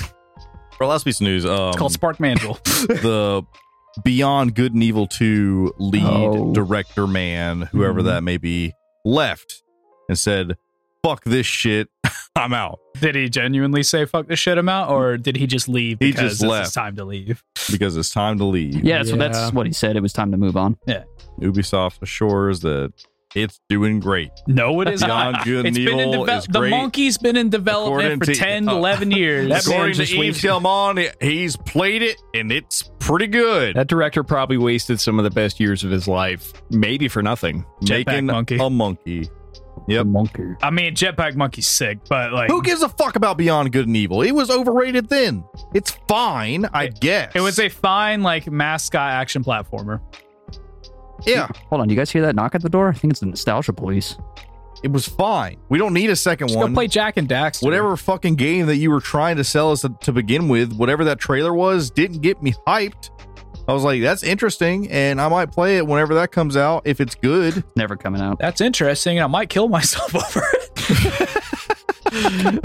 for the last piece of news. Um,
called Spark Mandrel.
the Beyond Good and Evil 2 lead
Oh.
director man, whoever
Mm-hmm.
that may be, left and said, fuck this shit. I'm out
did he genuinely say "fuck this shit" amount, or did he just leave?
He
because
just
this
left.
Is time to leave.
because it's time to leave.
Yeah, so
Yeah.
that's what he said. It was time to move on.
Ubisoft assures that it's doing great.
No, it is
Beyond
not.
Good and
It's been in
Evil
devel-
is
the
great.
monkey's been in
According
development for
to-
10, 11 years.
That man
According to
just
Yves
leaves-
Delmon, he's played it and it's pretty good.
That director probably wasted some of the best years of his life, maybe for nothing.
Jetpack
Making
Monkey.
a monkey. Yep.
monkey.
I mean, Jetpack Monkey's sick, but like,
Who gives a fuck about Beyond Good and Evil? It was overrated then. It's fine, I guess.
it was a fine like mascot action platformer.
yeah.
Hold on, do you guys hear that knock at the door? I think it's the nostalgia police.
It was fine. We don't need a second
Just go
one.
play Jack and Daxter.
whatever fucking game that you were trying to sell us to, to begin with, whatever that trailer was, didn't get me hyped. I was like, that's interesting, and I might play it whenever that comes out if it's good.
Never coming out.
That's interesting. and I might kill myself over it.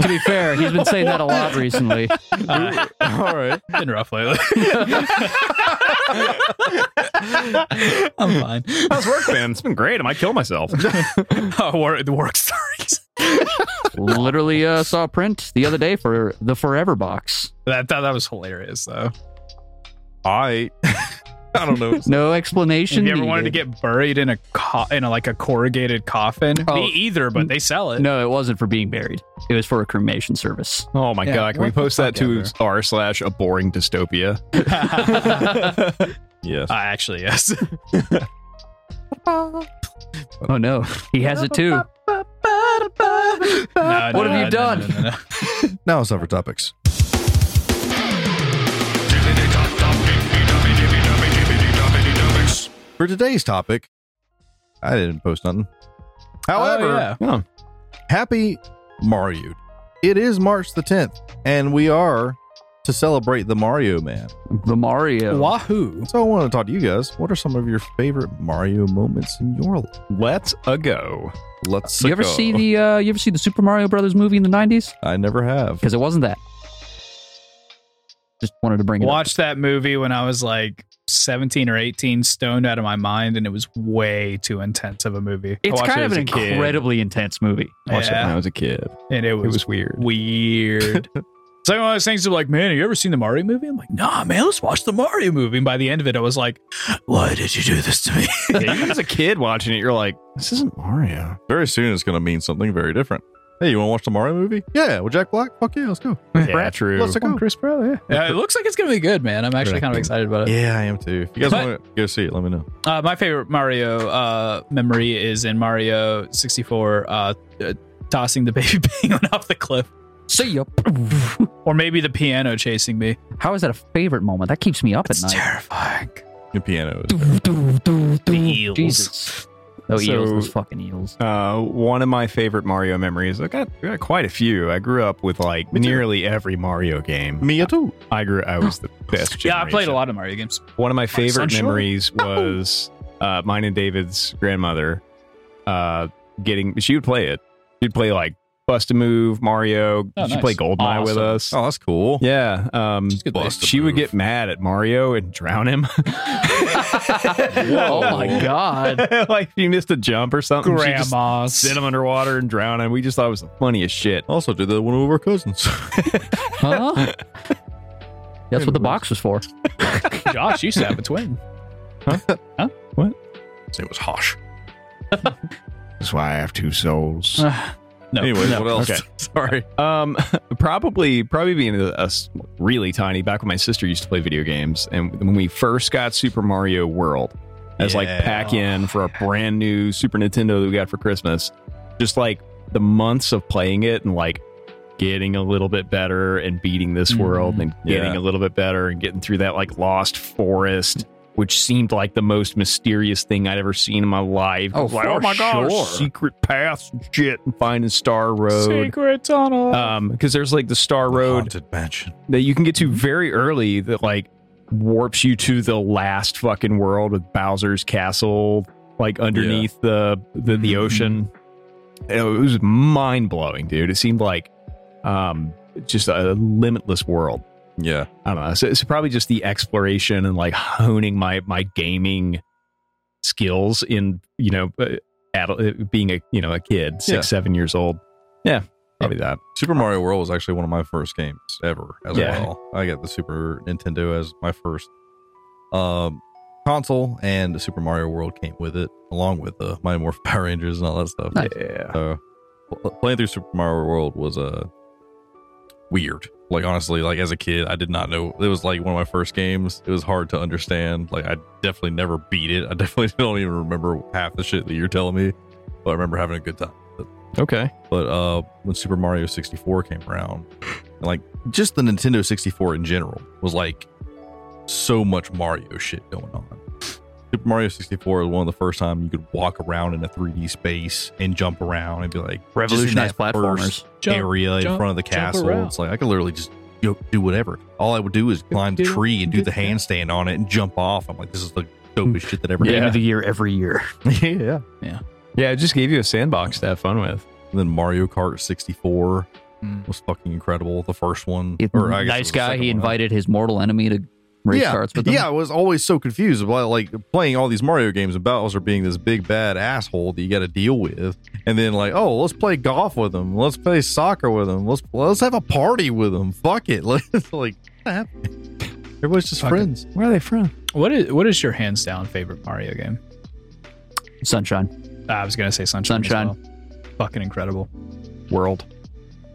to be fair, he's been saying that a lot recently.
Uh,
All right.
been rough lately. I'm fine.
How's work been? It's been great. I might kill myself.
Oh, wor- the work stories.
Literally uh, saw a print the other day for the Forever box.
That, that that was hilarious though.
I I don't know.
No explanation.
If you ever wanted to
needed.
get buried in a co- in a, like a corrugated coffin,
Oh.
me either, but they sell it.
No, it wasn't for being buried. It was for a cremation service.
Oh my
Yeah,
god! Can we
what the
post that
fuck
to
ever.
r slash a boring dystopia?
Yes.
Uh, actually, yes.
Oh no, he has it too.
No, no,
What have you done?
No, no, no,
Now it's time for topics. For today's topic, I didn't post nothing. However,
Oh, yeah.
Oh.
happy Mario. It is March the 10th, and we are to celebrate the Mario Man.
The Mario.
no. Wahoo!
So I want to talk to you guys. What are some of your favorite Mario moments in your life?
Let's a go.
Let's
You ever
go.
see the uh, You ever see the Super Mario Brothers movie in the '90s?
I never have.
Because it wasn't that. Just wanted to bring it up.
Watched that movie when I was like 17 or 18, stoned out of my mind, and it was way too intense of a movie.
It's
watched
kind
it
of
as
an
a kid.
incredibly intense movie.
Watched it
Yeah.
when I was a kid.
And it
It
was,
was weird.
weird. it's like one of those things of like, man, have you ever seen the Mario movie? I'm like, nah, man, let's watch the Mario movie. And by the end of it, I was like, why did you do this to me?
Yeah, even as a kid watching it, you're like, this isn't Mario.
Very soon it's going to mean something very different. Hey, you want to watch the Mario movie? Yeah, with Jack Black? Fuck yeah, let's go.
Yeah, true.
Let's go.
Chris Brown, yeah. it looks like it's gonna be good, man. I'm actually kind of excited about it.
Yeah, I am too. If you guys
But-
want to go see it, let me know.
Uh, my favorite Mario uh, memory is in Mario 64, uh, uh, tossing the baby penguin off the cliff,
See ya.
or maybe the piano chasing me.
How is that a favorite moment? That keeps me up
It's
at night.
terrifying.
The piano is.
the
eels.
Jesus. Oh,
So-
eels, those fucking eels.
Uh, one of my favorite Mario memories. I got, I got quite a few. I grew up with like
Me too.
nearly every Mario game.
Mia too.
I grew. I was the best.
Yeah, I played
generation.
a lot of Mario games.
One of my favorite
Sunshine?
memories was uh, mine and David's grandmother uh, getting. She would play it. She'd play like Bust a Move, Mario.
Oh,
she'd
nice.
play Goldeneye with
Awesome.
us.
Oh, that's cool.
Yeah, um,
good at Bust it. a
she
Move.
would get mad at Mario and drown him.
Oh my god.
like if you missed a jump or something. she'd just
Grandma's.
Sit him underwater and drown him. We just thought it was the funniest shit.
Also, did that with one of our cousins.
Huh? That's what the box was for.
Josh used to have a twin.
His name was Hosh.
That's why I have two souls.
No.
Anyways,
No.
what else?
Okay.
Sorry.
Um, probably, probably being a, a s- really tiny. Back when my sister used to play video games, and when we first got Super Mario World as like
Yeah.
pack in for a brand new Super Nintendo that we got for Christmas, just like the months of playing it and like getting a little bit better and beating this
Mm-hmm.
world and getting
Yeah.
a little bit better and getting through that like lost forest which seemed like the most mysterious thing I'd ever seen in my life.
Oh,
like,
for sure.
secret paths and shit, and finding Star Road.
Secret tunnel.
Um, because there's like the Star Road
Haunted mansion.
that you can get to very early that like warps you to the last fucking world with Bowser's castle like underneath the the, the ocean. You know, It was mind blowing, dude. It seemed like um just a limitless world.
Yeah.
I don't know. So it's probably just the exploration and like honing my my gaming skills in you know uh, adult, being a you know a kid six
Yeah.
seven years old. Yeah, probably that.
Super Mario World was actually one of my first games ever as
Yeah.
well. I got the Super Nintendo as my first um, console, and the Super Mario World came with it, along with the Mighty Morphin Power Rangers and all that stuff.
Yeah,
So pl- playing through Super Mario World was uh, weird. Like honestly, like as a kid, I did not know it was like one of my first games. It was hard to understand. Like I definitely never beat it. I definitely don't even remember half the shit that you're telling me, but I remember having a good time.
okay.
But uh, when Super Mario 64 came around, and, like just the Nintendo 64 in general was like so much Mario shit going on. Super Mario 64 was one of the first time you could walk around in a 3D space and jump around and be like just in
Revolutionized
that first
platformers.
Jump.
area in
jump,
front of the
jump
castle.
around.
It's like I could literally just you know, do whatever. All I would do is climb the
do-
tree and do
do
the
that.
handstand on it and jump off. I'm like, this is the dopest shit that ever
Game
Yeah.
of the year every year.
happened. yeah.
Yeah, it just gave you a sandbox to have fun with.
And then Mario Kart 64
Mm.
was fucking incredible. The first one,
It-
or I guess it was
nice
the
guy.
second
He
one.
invited his mortal enemy to race
yeah,
carts with him.
Yeah, I was always so confused about like playing all these Mario games and Bowser being this big bad asshole that you got to deal with, and then like, oh, let's play golf with him, let's play soccer with him, let's let's have a party with him. Fuck it, let's like eh. everybody's just
Fuck it.
friends.
Where are they from?
What is what is your hands down favorite Mario game?
Sunshine.
Ah, I was gonna say Sunshine. as
Sunshine.
well. Fucking incredible.
World.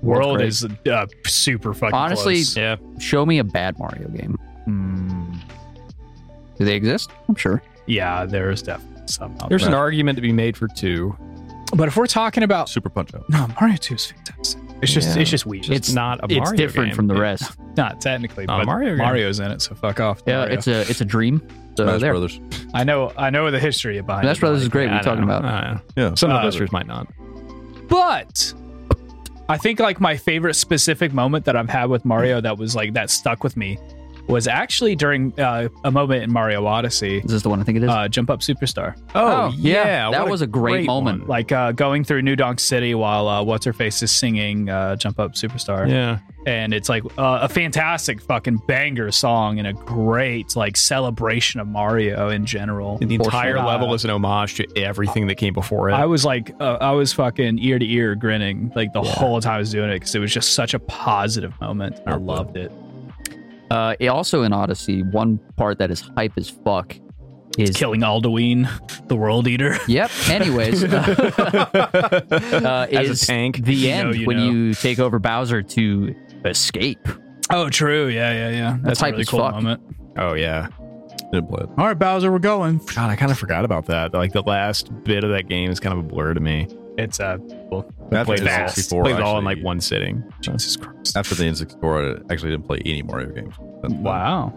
World
great.
is uh, super fucking.
Honestly,
close.
Yeah.
Show me a bad Mario game.
Mm,
Do they exist? I'm sure.
yeah, there's definitely some. out
There's an
there.
argument to be made for two.
but if we're talking about
Super Punch Out.
no Mario Two is fantastic. It's just
Yeah.
it's just weird.
Just not a
It's
Mario
different
game.
from the
It-
rest.
not technically,
Not a
but
Mario game.
Mario's in it, so fuck off.
Yeah,
Mario.
it's a it's a dream. So
Smash
there.
Brothers.
I know I know the history behind.
Smash
it,
Brothers is
Mario.
great. What are
I
you talking
don't know.
about?
I don't know.
Yeah.
Some of
Uh,
the listeners might not.
But I think like my favorite specific moment that I've had with Mario that was like that stuck with me was actually during uh, a moment in Mario Odyssey,
Is this the one I think it is?
uh, Jump Up Superstar.
Oh, yeah, that was a great moment.
one.
like uh, going through New Donk City while uh, what's her face is singing uh, "Jump Up Superstar,"
Yeah.
and it's like uh, a fantastic fucking banger song and a great like celebration of Mario in general.
And the entire
Uh,
level is an homage to everything that came before it.
I was like, uh, I was fucking ear to ear grinning like the whole time I was doing it because it was just such a positive moment. I loved it.
Uh, it- also in Odyssey, one part that is hype as fuck is
Killing Alduin, the World Eater.
yep. Anyways, uh,
As a
is
tank.
the
You
end
know, you
when
know.
you take over Bowser to escape.
Oh, true. Yeah, yeah, yeah. That's,
That's
a
hype
really
as
cool
fuck.
moment.
oh yeah.
Didn't play it.
All right, Bowser, we're going.
God, I kind of forgot about that. Like the last bit of that game is kind of a blur to me.
It's uh, well,
After
Played
the
it all-
64,
played it all in
actually-
like one sitting.
Jesus Christ.
After the N64, I actually didn't play any Mario games. That's-
Wow.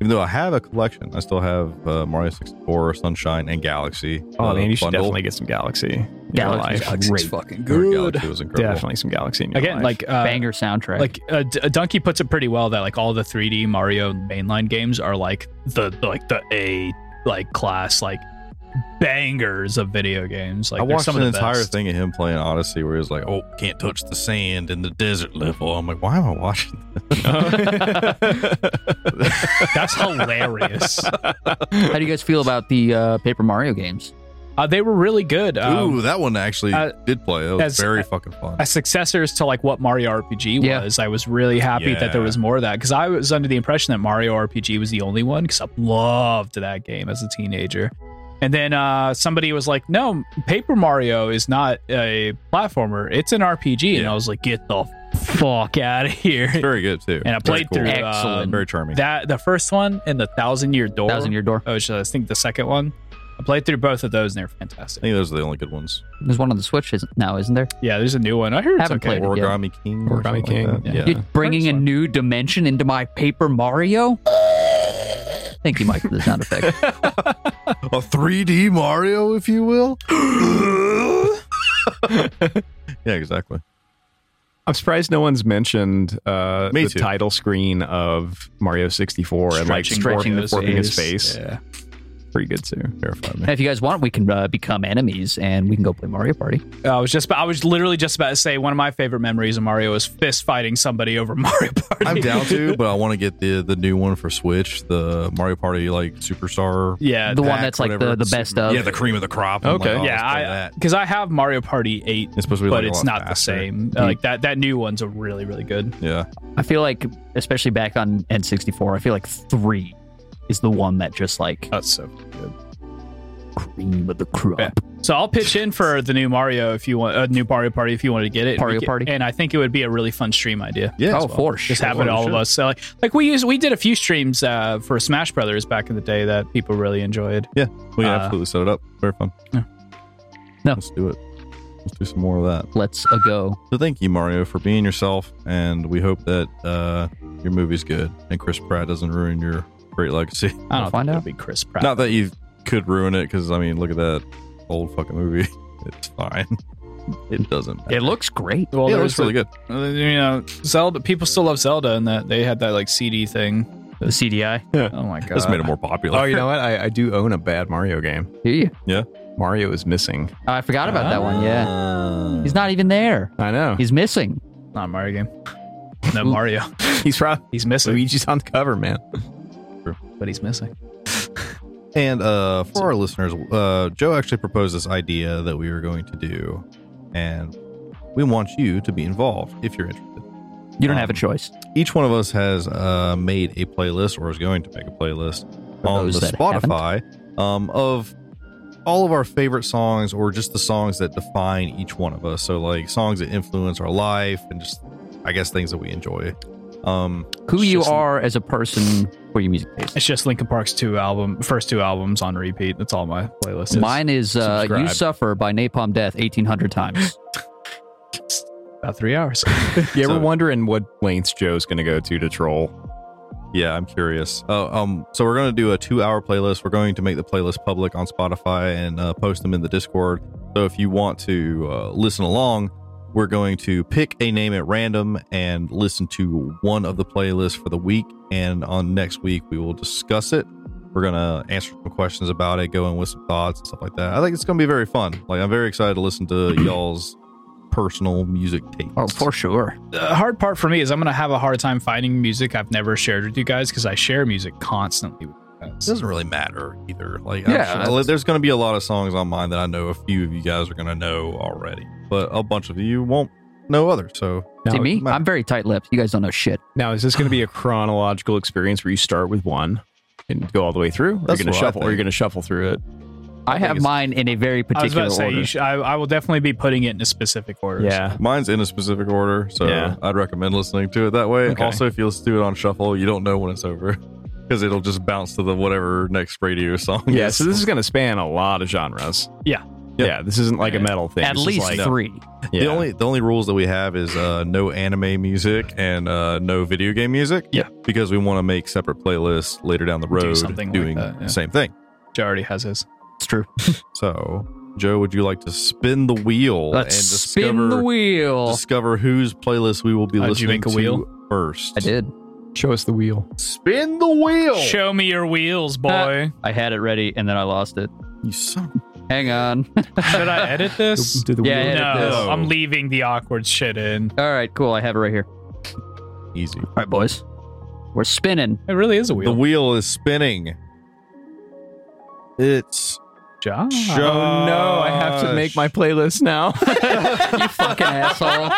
Even though I have a collection, I still have uh, Mario 64, Sunshine, and Galaxy.
Oh
uh,
man, you should
bundle.
definitely get some Galaxy. in your
Galaxy's
life.
Galaxy's fucking good.
Galaxy was incredible.
Definitely some Galaxy. In your
Again,
life.
like uh,
Banger soundtrack.
Like uh, D- Donkey puts it pretty well that like all the 3D Mario mainline games are like the like the A like class like bangers of video games. Like
I
they're
watched
some
an
of the
entire
best.
thing of him playing Odyssey where he was like, "Oh,
Oh, can't touch the sand in the desert level. I'm like, why am I watching?
That's hilarious.
How do you guys feel about the uh, Paper Mario games?
Uh, they were really good. Um,
Ooh, that one actually
uh,
did play. That was
as-
very fucking fun."
as successors to like what Mario RPG
Yeah.
was, I was really happy that there
Yeah.
was more of that because I was under the impression that Mario RPG was the only one because I loved that game as a teenager. And then uh, somebody was like, "No, Paper Mario is not a platformer; it's an RPG." And
Yeah.
I was like, "Get the fuck out of here!"
very good too.
And I
Very
played through um,
Excellent.
very charming.
that the first one and the Thousand Year Door.
Thousand Year Door.
Oh, I think the second one. I played through both of those and they're fantastic.
think those are the only good ones.
There's one on the Switch, isn't? No, isn't there?
Yeah, there's a new one. I hear it's
Haven't
okay.
played it. Yeah.
Origami King. or
Origami
something
King,
Like that.
yeah.
Yeah.
You're bringing a
First one.
new dimension into my Paper Mario. Thank you, Mike, for the sound effect.
A 3D Mario, if you will. yeah, exactly.
I'm surprised no one's mentioned uh,
Me
the
too.
title screen of Mario 64 and like
Stretching
forking,
those
forking his
days.
face.
Yeah.
Pretty good too. Terrified me.
And if you guys want, we can uh, become enemies and we can go play Mario Party.
I was just, I was literally just about to say one of my favorite memories of Mario is fist fighting somebody over Mario Party.
I'm down to, but I want to get the the new one for Switch, the Mario Party like Superstar.
yeah,
The one
pack,
that's like the,
whatever.
the best of.
Yeah, the cream of the crop. I'm
Okay.
like, oh, let's
yeah,
play
I uh,
that.
because I have Mario Party Eight,
It's supposed to be
but
like a
it's
lot
not the
faster. Mm.
same. Uh, Like that, that new one's a really, really good.
Yeah,
I feel like, especially back on N64, I feel like three is the one that just like
That's so.
cream of the crop.
Uh, Yeah. So I'll pitch in for the new Mario if you want a new Mario Party if you wanted to get it.
Mario
We ca-
Party.
and I think it would be a really fun stream idea.
yeah.
oh,
it's-
for
Just
sure.
have it all of
sure.
us. So like, like we used, we did a few streams uh, for Smash Brothers back in the day that people really enjoyed.
We can
Uh,
absolutely set it up. Very fun.
Yeah.
No.
let's do it. Let's do some more of that.
Let's a go.
So thank you, Mario, for being yourself, and we hope that uh, your movie's good and Chris Pratt doesn't ruin your great legacy.
We'll
I don't
find
think
out.
it'll be Chris Pratt.
Not that you could ruin it, because I mean, look at that old fucking movie. It's fine. It doesn't. Matter.
It looks great.
well,
yeah,
there
it looks
was
really good.
the- you know Zelda. People still love Zelda, and that they had that like CD thing.
The CDI.
Oh my god,
This made it more popular.
Oh, you know what? I, I do own a bad Mario game.
Do you?
Mario is missing.
Oh, I forgot about that one. Yeah.
Uh,
He's not even there.
I know.
He's missing.
not a Mario game. No Mario.
He's probably
He's missing,
Luigi's on the cover, man.
but he's missing.
And uh, for our listeners, uh, Joe actually proposed this idea that we were going to do, and we want you to be involved if you're interested.
You don't
Um,
have a choice.
Each one of us has uh, made a playlist or is going to make a playlist
For
on
those
the
that
Spotify um, of all of our favorite songs or just the songs that define each one of us. So, like songs that influence our life and just, I guess, things that we enjoy. Um,
Who
it's
you
just-
are as a person for your music taste.
It's just Linkin Park's two album, first two albums on repeat. That's all my playlist is.
Mine is uh, You
subscribe.
Suffer by Napalm Death 1,800 times.
about three hours.
You ever
So-
wondering what lengths Joe's going to go to to troll?
Yeah, I'm curious. Uh, um, so we're going to do a two-hour playlist. We're going to make the playlist public on Spotify and uh, post them in the Discord. So if you want to uh, listen along, we're going to pick a name at random and listen to one of the playlists for the week. And on next week, we will discuss it. We're gonna answer some questions about it, go in with some thoughts and stuff like that. I think it's gonna be very fun. Like I'm very excited to listen to y'all's personal music tastes.
Oh, for sure.
the hard part for me is I'm gonna have a hard time finding music I've never shared with you guys because I share music constantly. with you
It
guys.
doesn't really matter either. Like,
Yeah,
I'm sure, there's going to be a lot of songs on mine that I know a few of you guys are going to know already, but a bunch of you won't know others. So,
See
Now,
me?
my-
I'm very tight lipped. You guys don't know shit.
now, is this going to be a chronological experience where you start with one and go all the way through? Or are
That's
you going
what
to
I
shuffle? Or are you
think.
going to shuffle through it?
I have
it's-
mine in a very
I was
particular
about to say
order.
you should, I, I will definitely be putting it in a specific order.
mine's in a specific order. So,
Yeah.
I'd recommend listening to it that way.
Okay.
Also, if you listen to it on shuffle, you don't know when it's over because it'll just bounce to the whatever next radio song.
Yeah.
is.
So this is going to span a lot of genres.
Yeah.
Yeah. This isn't like a
Yeah.
metal thing.
At
This is
least
like-
three.
yeah.
The only the only rules that we have is uh, no anime music and uh, no video game music.
Yeah.
because we want to make separate playlists later down the
Do
road,
something like
doing
that, yeah.
the same thing.
Joe already has his.
It's true.
So, Joe, would you like to spin the wheel
Let's
and discover
spin the wheel.
discover whose playlist we will be
Uh, did
listening
you make a
to
wheel?
first?
I did.
Show us the wheel.
Spin the wheel.
Show me your wheels, boy.
I had it ready and then I lost it.
You son
Hang on.
Should I edit this?
Do the
Yeah,
wheel.
edit this.
no, I'm leaving the awkward shit in.
All right, cool. I have it right here.
of- easy.
All right, boys. We're spinning.
It really is a
The
wheel.
wheel is spinning. It's
Josh.
Oh no! I have to make my playlist now.
You fucking asshole.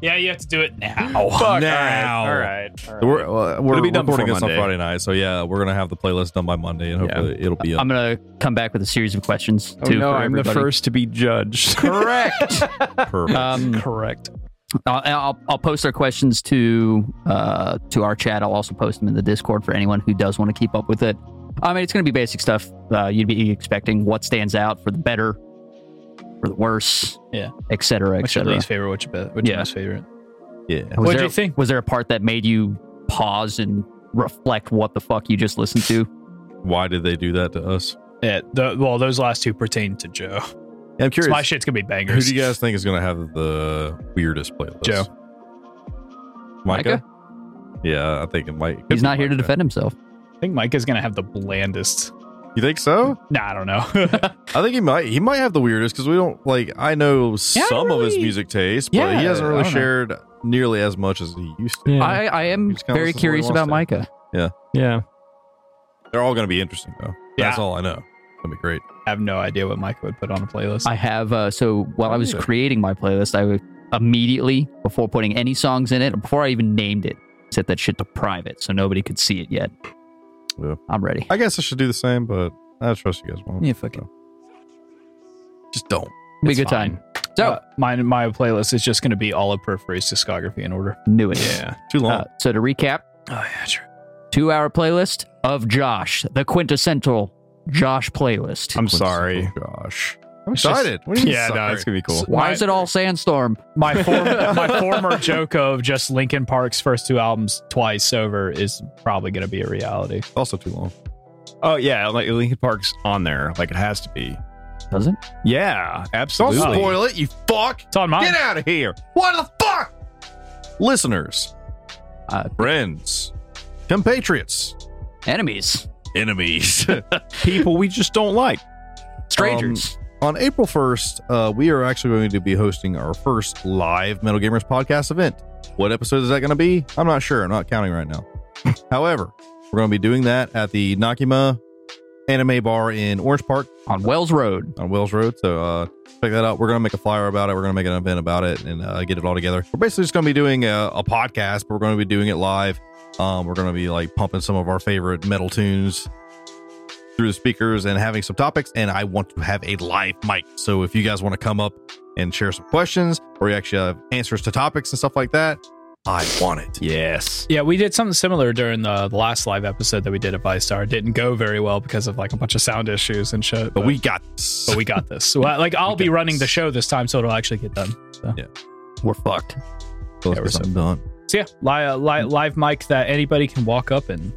Yeah, you have to do it Oh, now.
Fuck,
now.
All right. All right.
We're, uh, we're
It'll be done
recording
before
this
Monday.
on Friday night, so yeah, we're gonna have the playlist done by Monday, and
Yeah.
hopefully it'll be up.
I'm going to come back with a series of questions.
Oh
too,
no!
for
I'm the
everybody.
first to be judged.
Correct.
perfect.
um,
Correct.
I'll, I'll, I'll post our questions to uh, to our chat. I'll also post them in the Discord for anyone who does want to keep up with it. I mean, it's going to be basic stuff. Uh, you'd be expecting what stands out for the better, for the worse,
Yeah.
et cetera, et
What's your
cetera.
least favorite? What's your best? What's
Yeah.
your most favorite?
Yeah.
Was
What'd
there-
you think?
Was there a part that made you pause and reflect what the fuck you just listened to?
Why did they do that to us?
Yeah, the, well, those last two pertain to Joe.
Yeah, I'm
So
curious.
my shit's gonna be
who
bangers.
do you guys think is going to have the weirdest playlist?
Joe.
Micah? Yeah, I think it might. could
He's
be
not here to
Micah.
defend himself.
I think Micah's gonna have the blandest.
You think so?
Nah, I don't know.
I think he might. He might have the weirdest because we don't like. I know
I
some of his
really-
music taste, but
Yeah,
he hasn't
I
really
don't know.
shared nearly as much as he used to.
Yeah.
I, I am
He's kinda listens
very
to what he
curious
wants
about
to.
Micah.
Yeah.
They're all going to be interesting though. That's
Yeah.
all I know. That'd be great.
I have no idea what Micah would put on a playlist.
I have uh, so while I was
Yeah.
creating my playlist, I would immediately before putting any songs in it, before I even named it, set that shit to private so nobody could see it yet.
Yeah.
I'm ready.
I guess I should do the same, but I trust you guys won't.
yeah, fuck it.
Just don't.
Be a
It's
good
fine.
time. So
Uh, my my playlist is just gonna be all of Periphery's discography in order.
knew it.
Too long.
Uh, so to recap,
Oh yeah, sure.
two hour playlist of Josh, the quintessential Josh playlist.
I'm sorry.
Gosh. I'm
just-
excited. what do you mean
Yeah, no,
sorry?
it's gonna be cool.
Why
My-
is it all sandstorm?
My form, my former joke of just Linkin Park's first two albums twice over is probably gonna be a reality.
also too long.
Oh yeah, like Lincoln Park's on there. Like it has to be.
Does it?
Yeah,
Don't
absolutely.
spoil it, you fuck.
It's on mine.
Get out of here. What the fuck? Listeners,
Uh,
friends, compatriots,
Enemies,
enemies.
People we just don't like.
strangers.
on April 1st, uh, we are actually going to be hosting our first live Metal Gamers podcast event. What episode is that going to be? I'm not sure. I'm not counting right now. However, we're going to be doing that at the Nakima Anime Bar in Orange Park
on Wells Road.
on Wells Road. So uh, check that out. We're going to make a flyer about it. We're going to make an event about it and uh, get it all together. We're basically just going to be doing a, a podcast, but we're going to be doing it live. Um, we're going to be like pumping some of our favorite metal tunes through the speakers and having some topics. And I want to have a live mic. So if you guys want to come up and share some questions or you actually have answers to topics and stuff like that, I want it.
Yes.
Yeah, we did something similar during the, the last live episode that we did at Vistar. It didn't go very well because of like a bunch of sound issues and shit.
But we got this.
but we got this. So, uh, like I'll
We
be
got
running the
this.
show this time, so it'll actually get done.
We're fucked.
Let's
yeah,
get
we're
something done.
So yeah, live, live, live mic that anybody can walk up and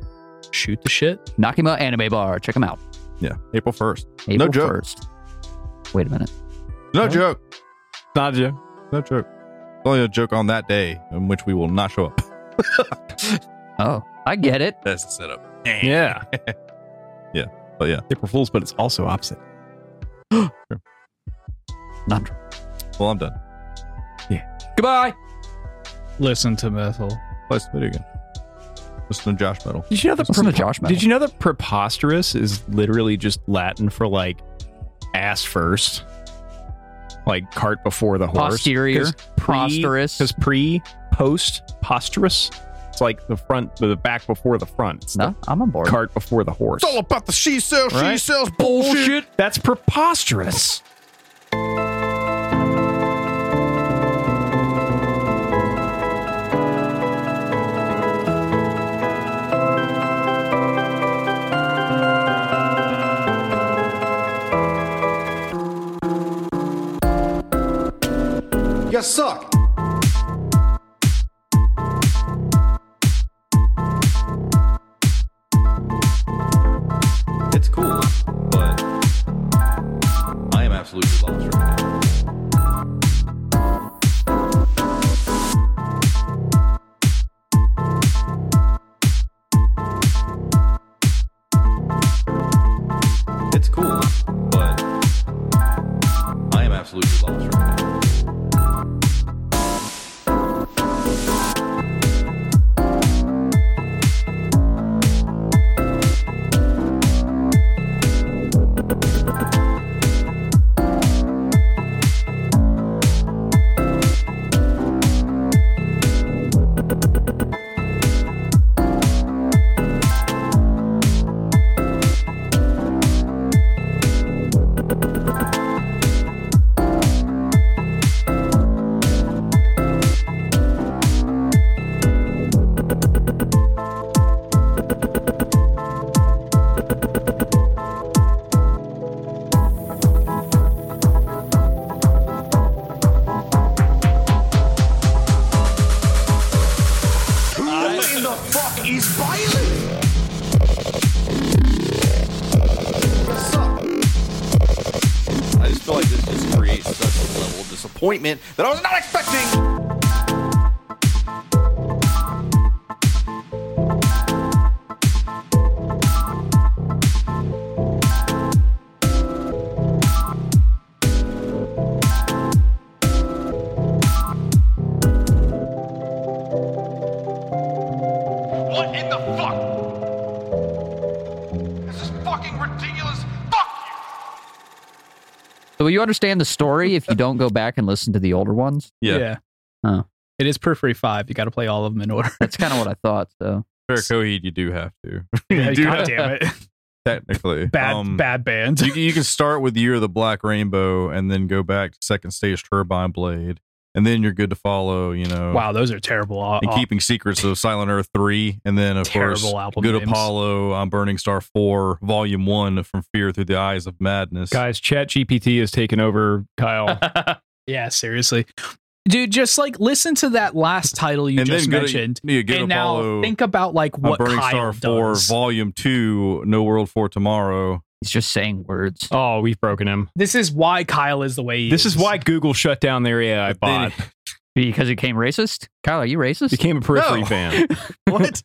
shoot the shit.
Nakima Anime Bar. Check them out.
Yeah. April 1st.
April
joke.
1st. Wait a minute.
No joke.
Nadia.
No joke. It's only a joke on that day in which we will not show up.
Oh, I get it.
That's the setup.
Yeah.
Yeah. But yeah.
April Fools, but it's also opposite.
Not-
Well, I'm done.
Goodbye.
Listen to metal.
Play some video game. Listen to Josh Metal.
Did you know
Let's listen to Josh Metal.
Did you know that preposterous is literally just Latin for like ass first? Like cart before the horse.
Posterior. Posterous.
Because pre, post, posterous. It's like the front, the back before the front. It's
No, I'm on board.
the cart before the horse.
about the she sells,
Right?
sells bullshit.
That's preposterous.
You guys suck. It's cool, but I am absolutely lost right now. It's cool, but I am absolutely lost right now.
disappointment that I was not expecting.
What in the fuck? This is fucking ridiculous. Fuck you!
So you understand the story if you don't go back and listen to the older ones.
Yeah.
Huh.
It is Periphery 5. You got to play all of them in order.
That's kind of what I thought. So
Fair Coheed, you do have to
Yeah,
do
God
have-
damn it.
technically.
Bad,
Um,
bad band.
You, you can start with Year of the Black Rainbow and then go back to Second Stage Turbine Blade, and then you're good to follow. You know,
wow, those are terrible. All,
and keeping secrets of Silent Earth three, and then of
Terrible
course
album
Good
names.
Apollo, I'm Burning Star four, Volume one from Fear Through the Eyes of Madness.
Guys, Chat GPT has taken over Kyle.
yeah, seriously. Dude, just like listen to that last title you
and
just
then good,
mentioned.
yeah, Good
and
Apollo,
now think about like
I'm
what
Burning
Kyle
Star four,
does.
Volume two, No World for Tomorrow.
he's just saying words.
oh, we've broken him.
this is why Kyle is the way he
This is why Google shut down their AI
But then-
bot.
Because he became racist? Kyle, are you racist?
Became a periphery
No.
fan.
what?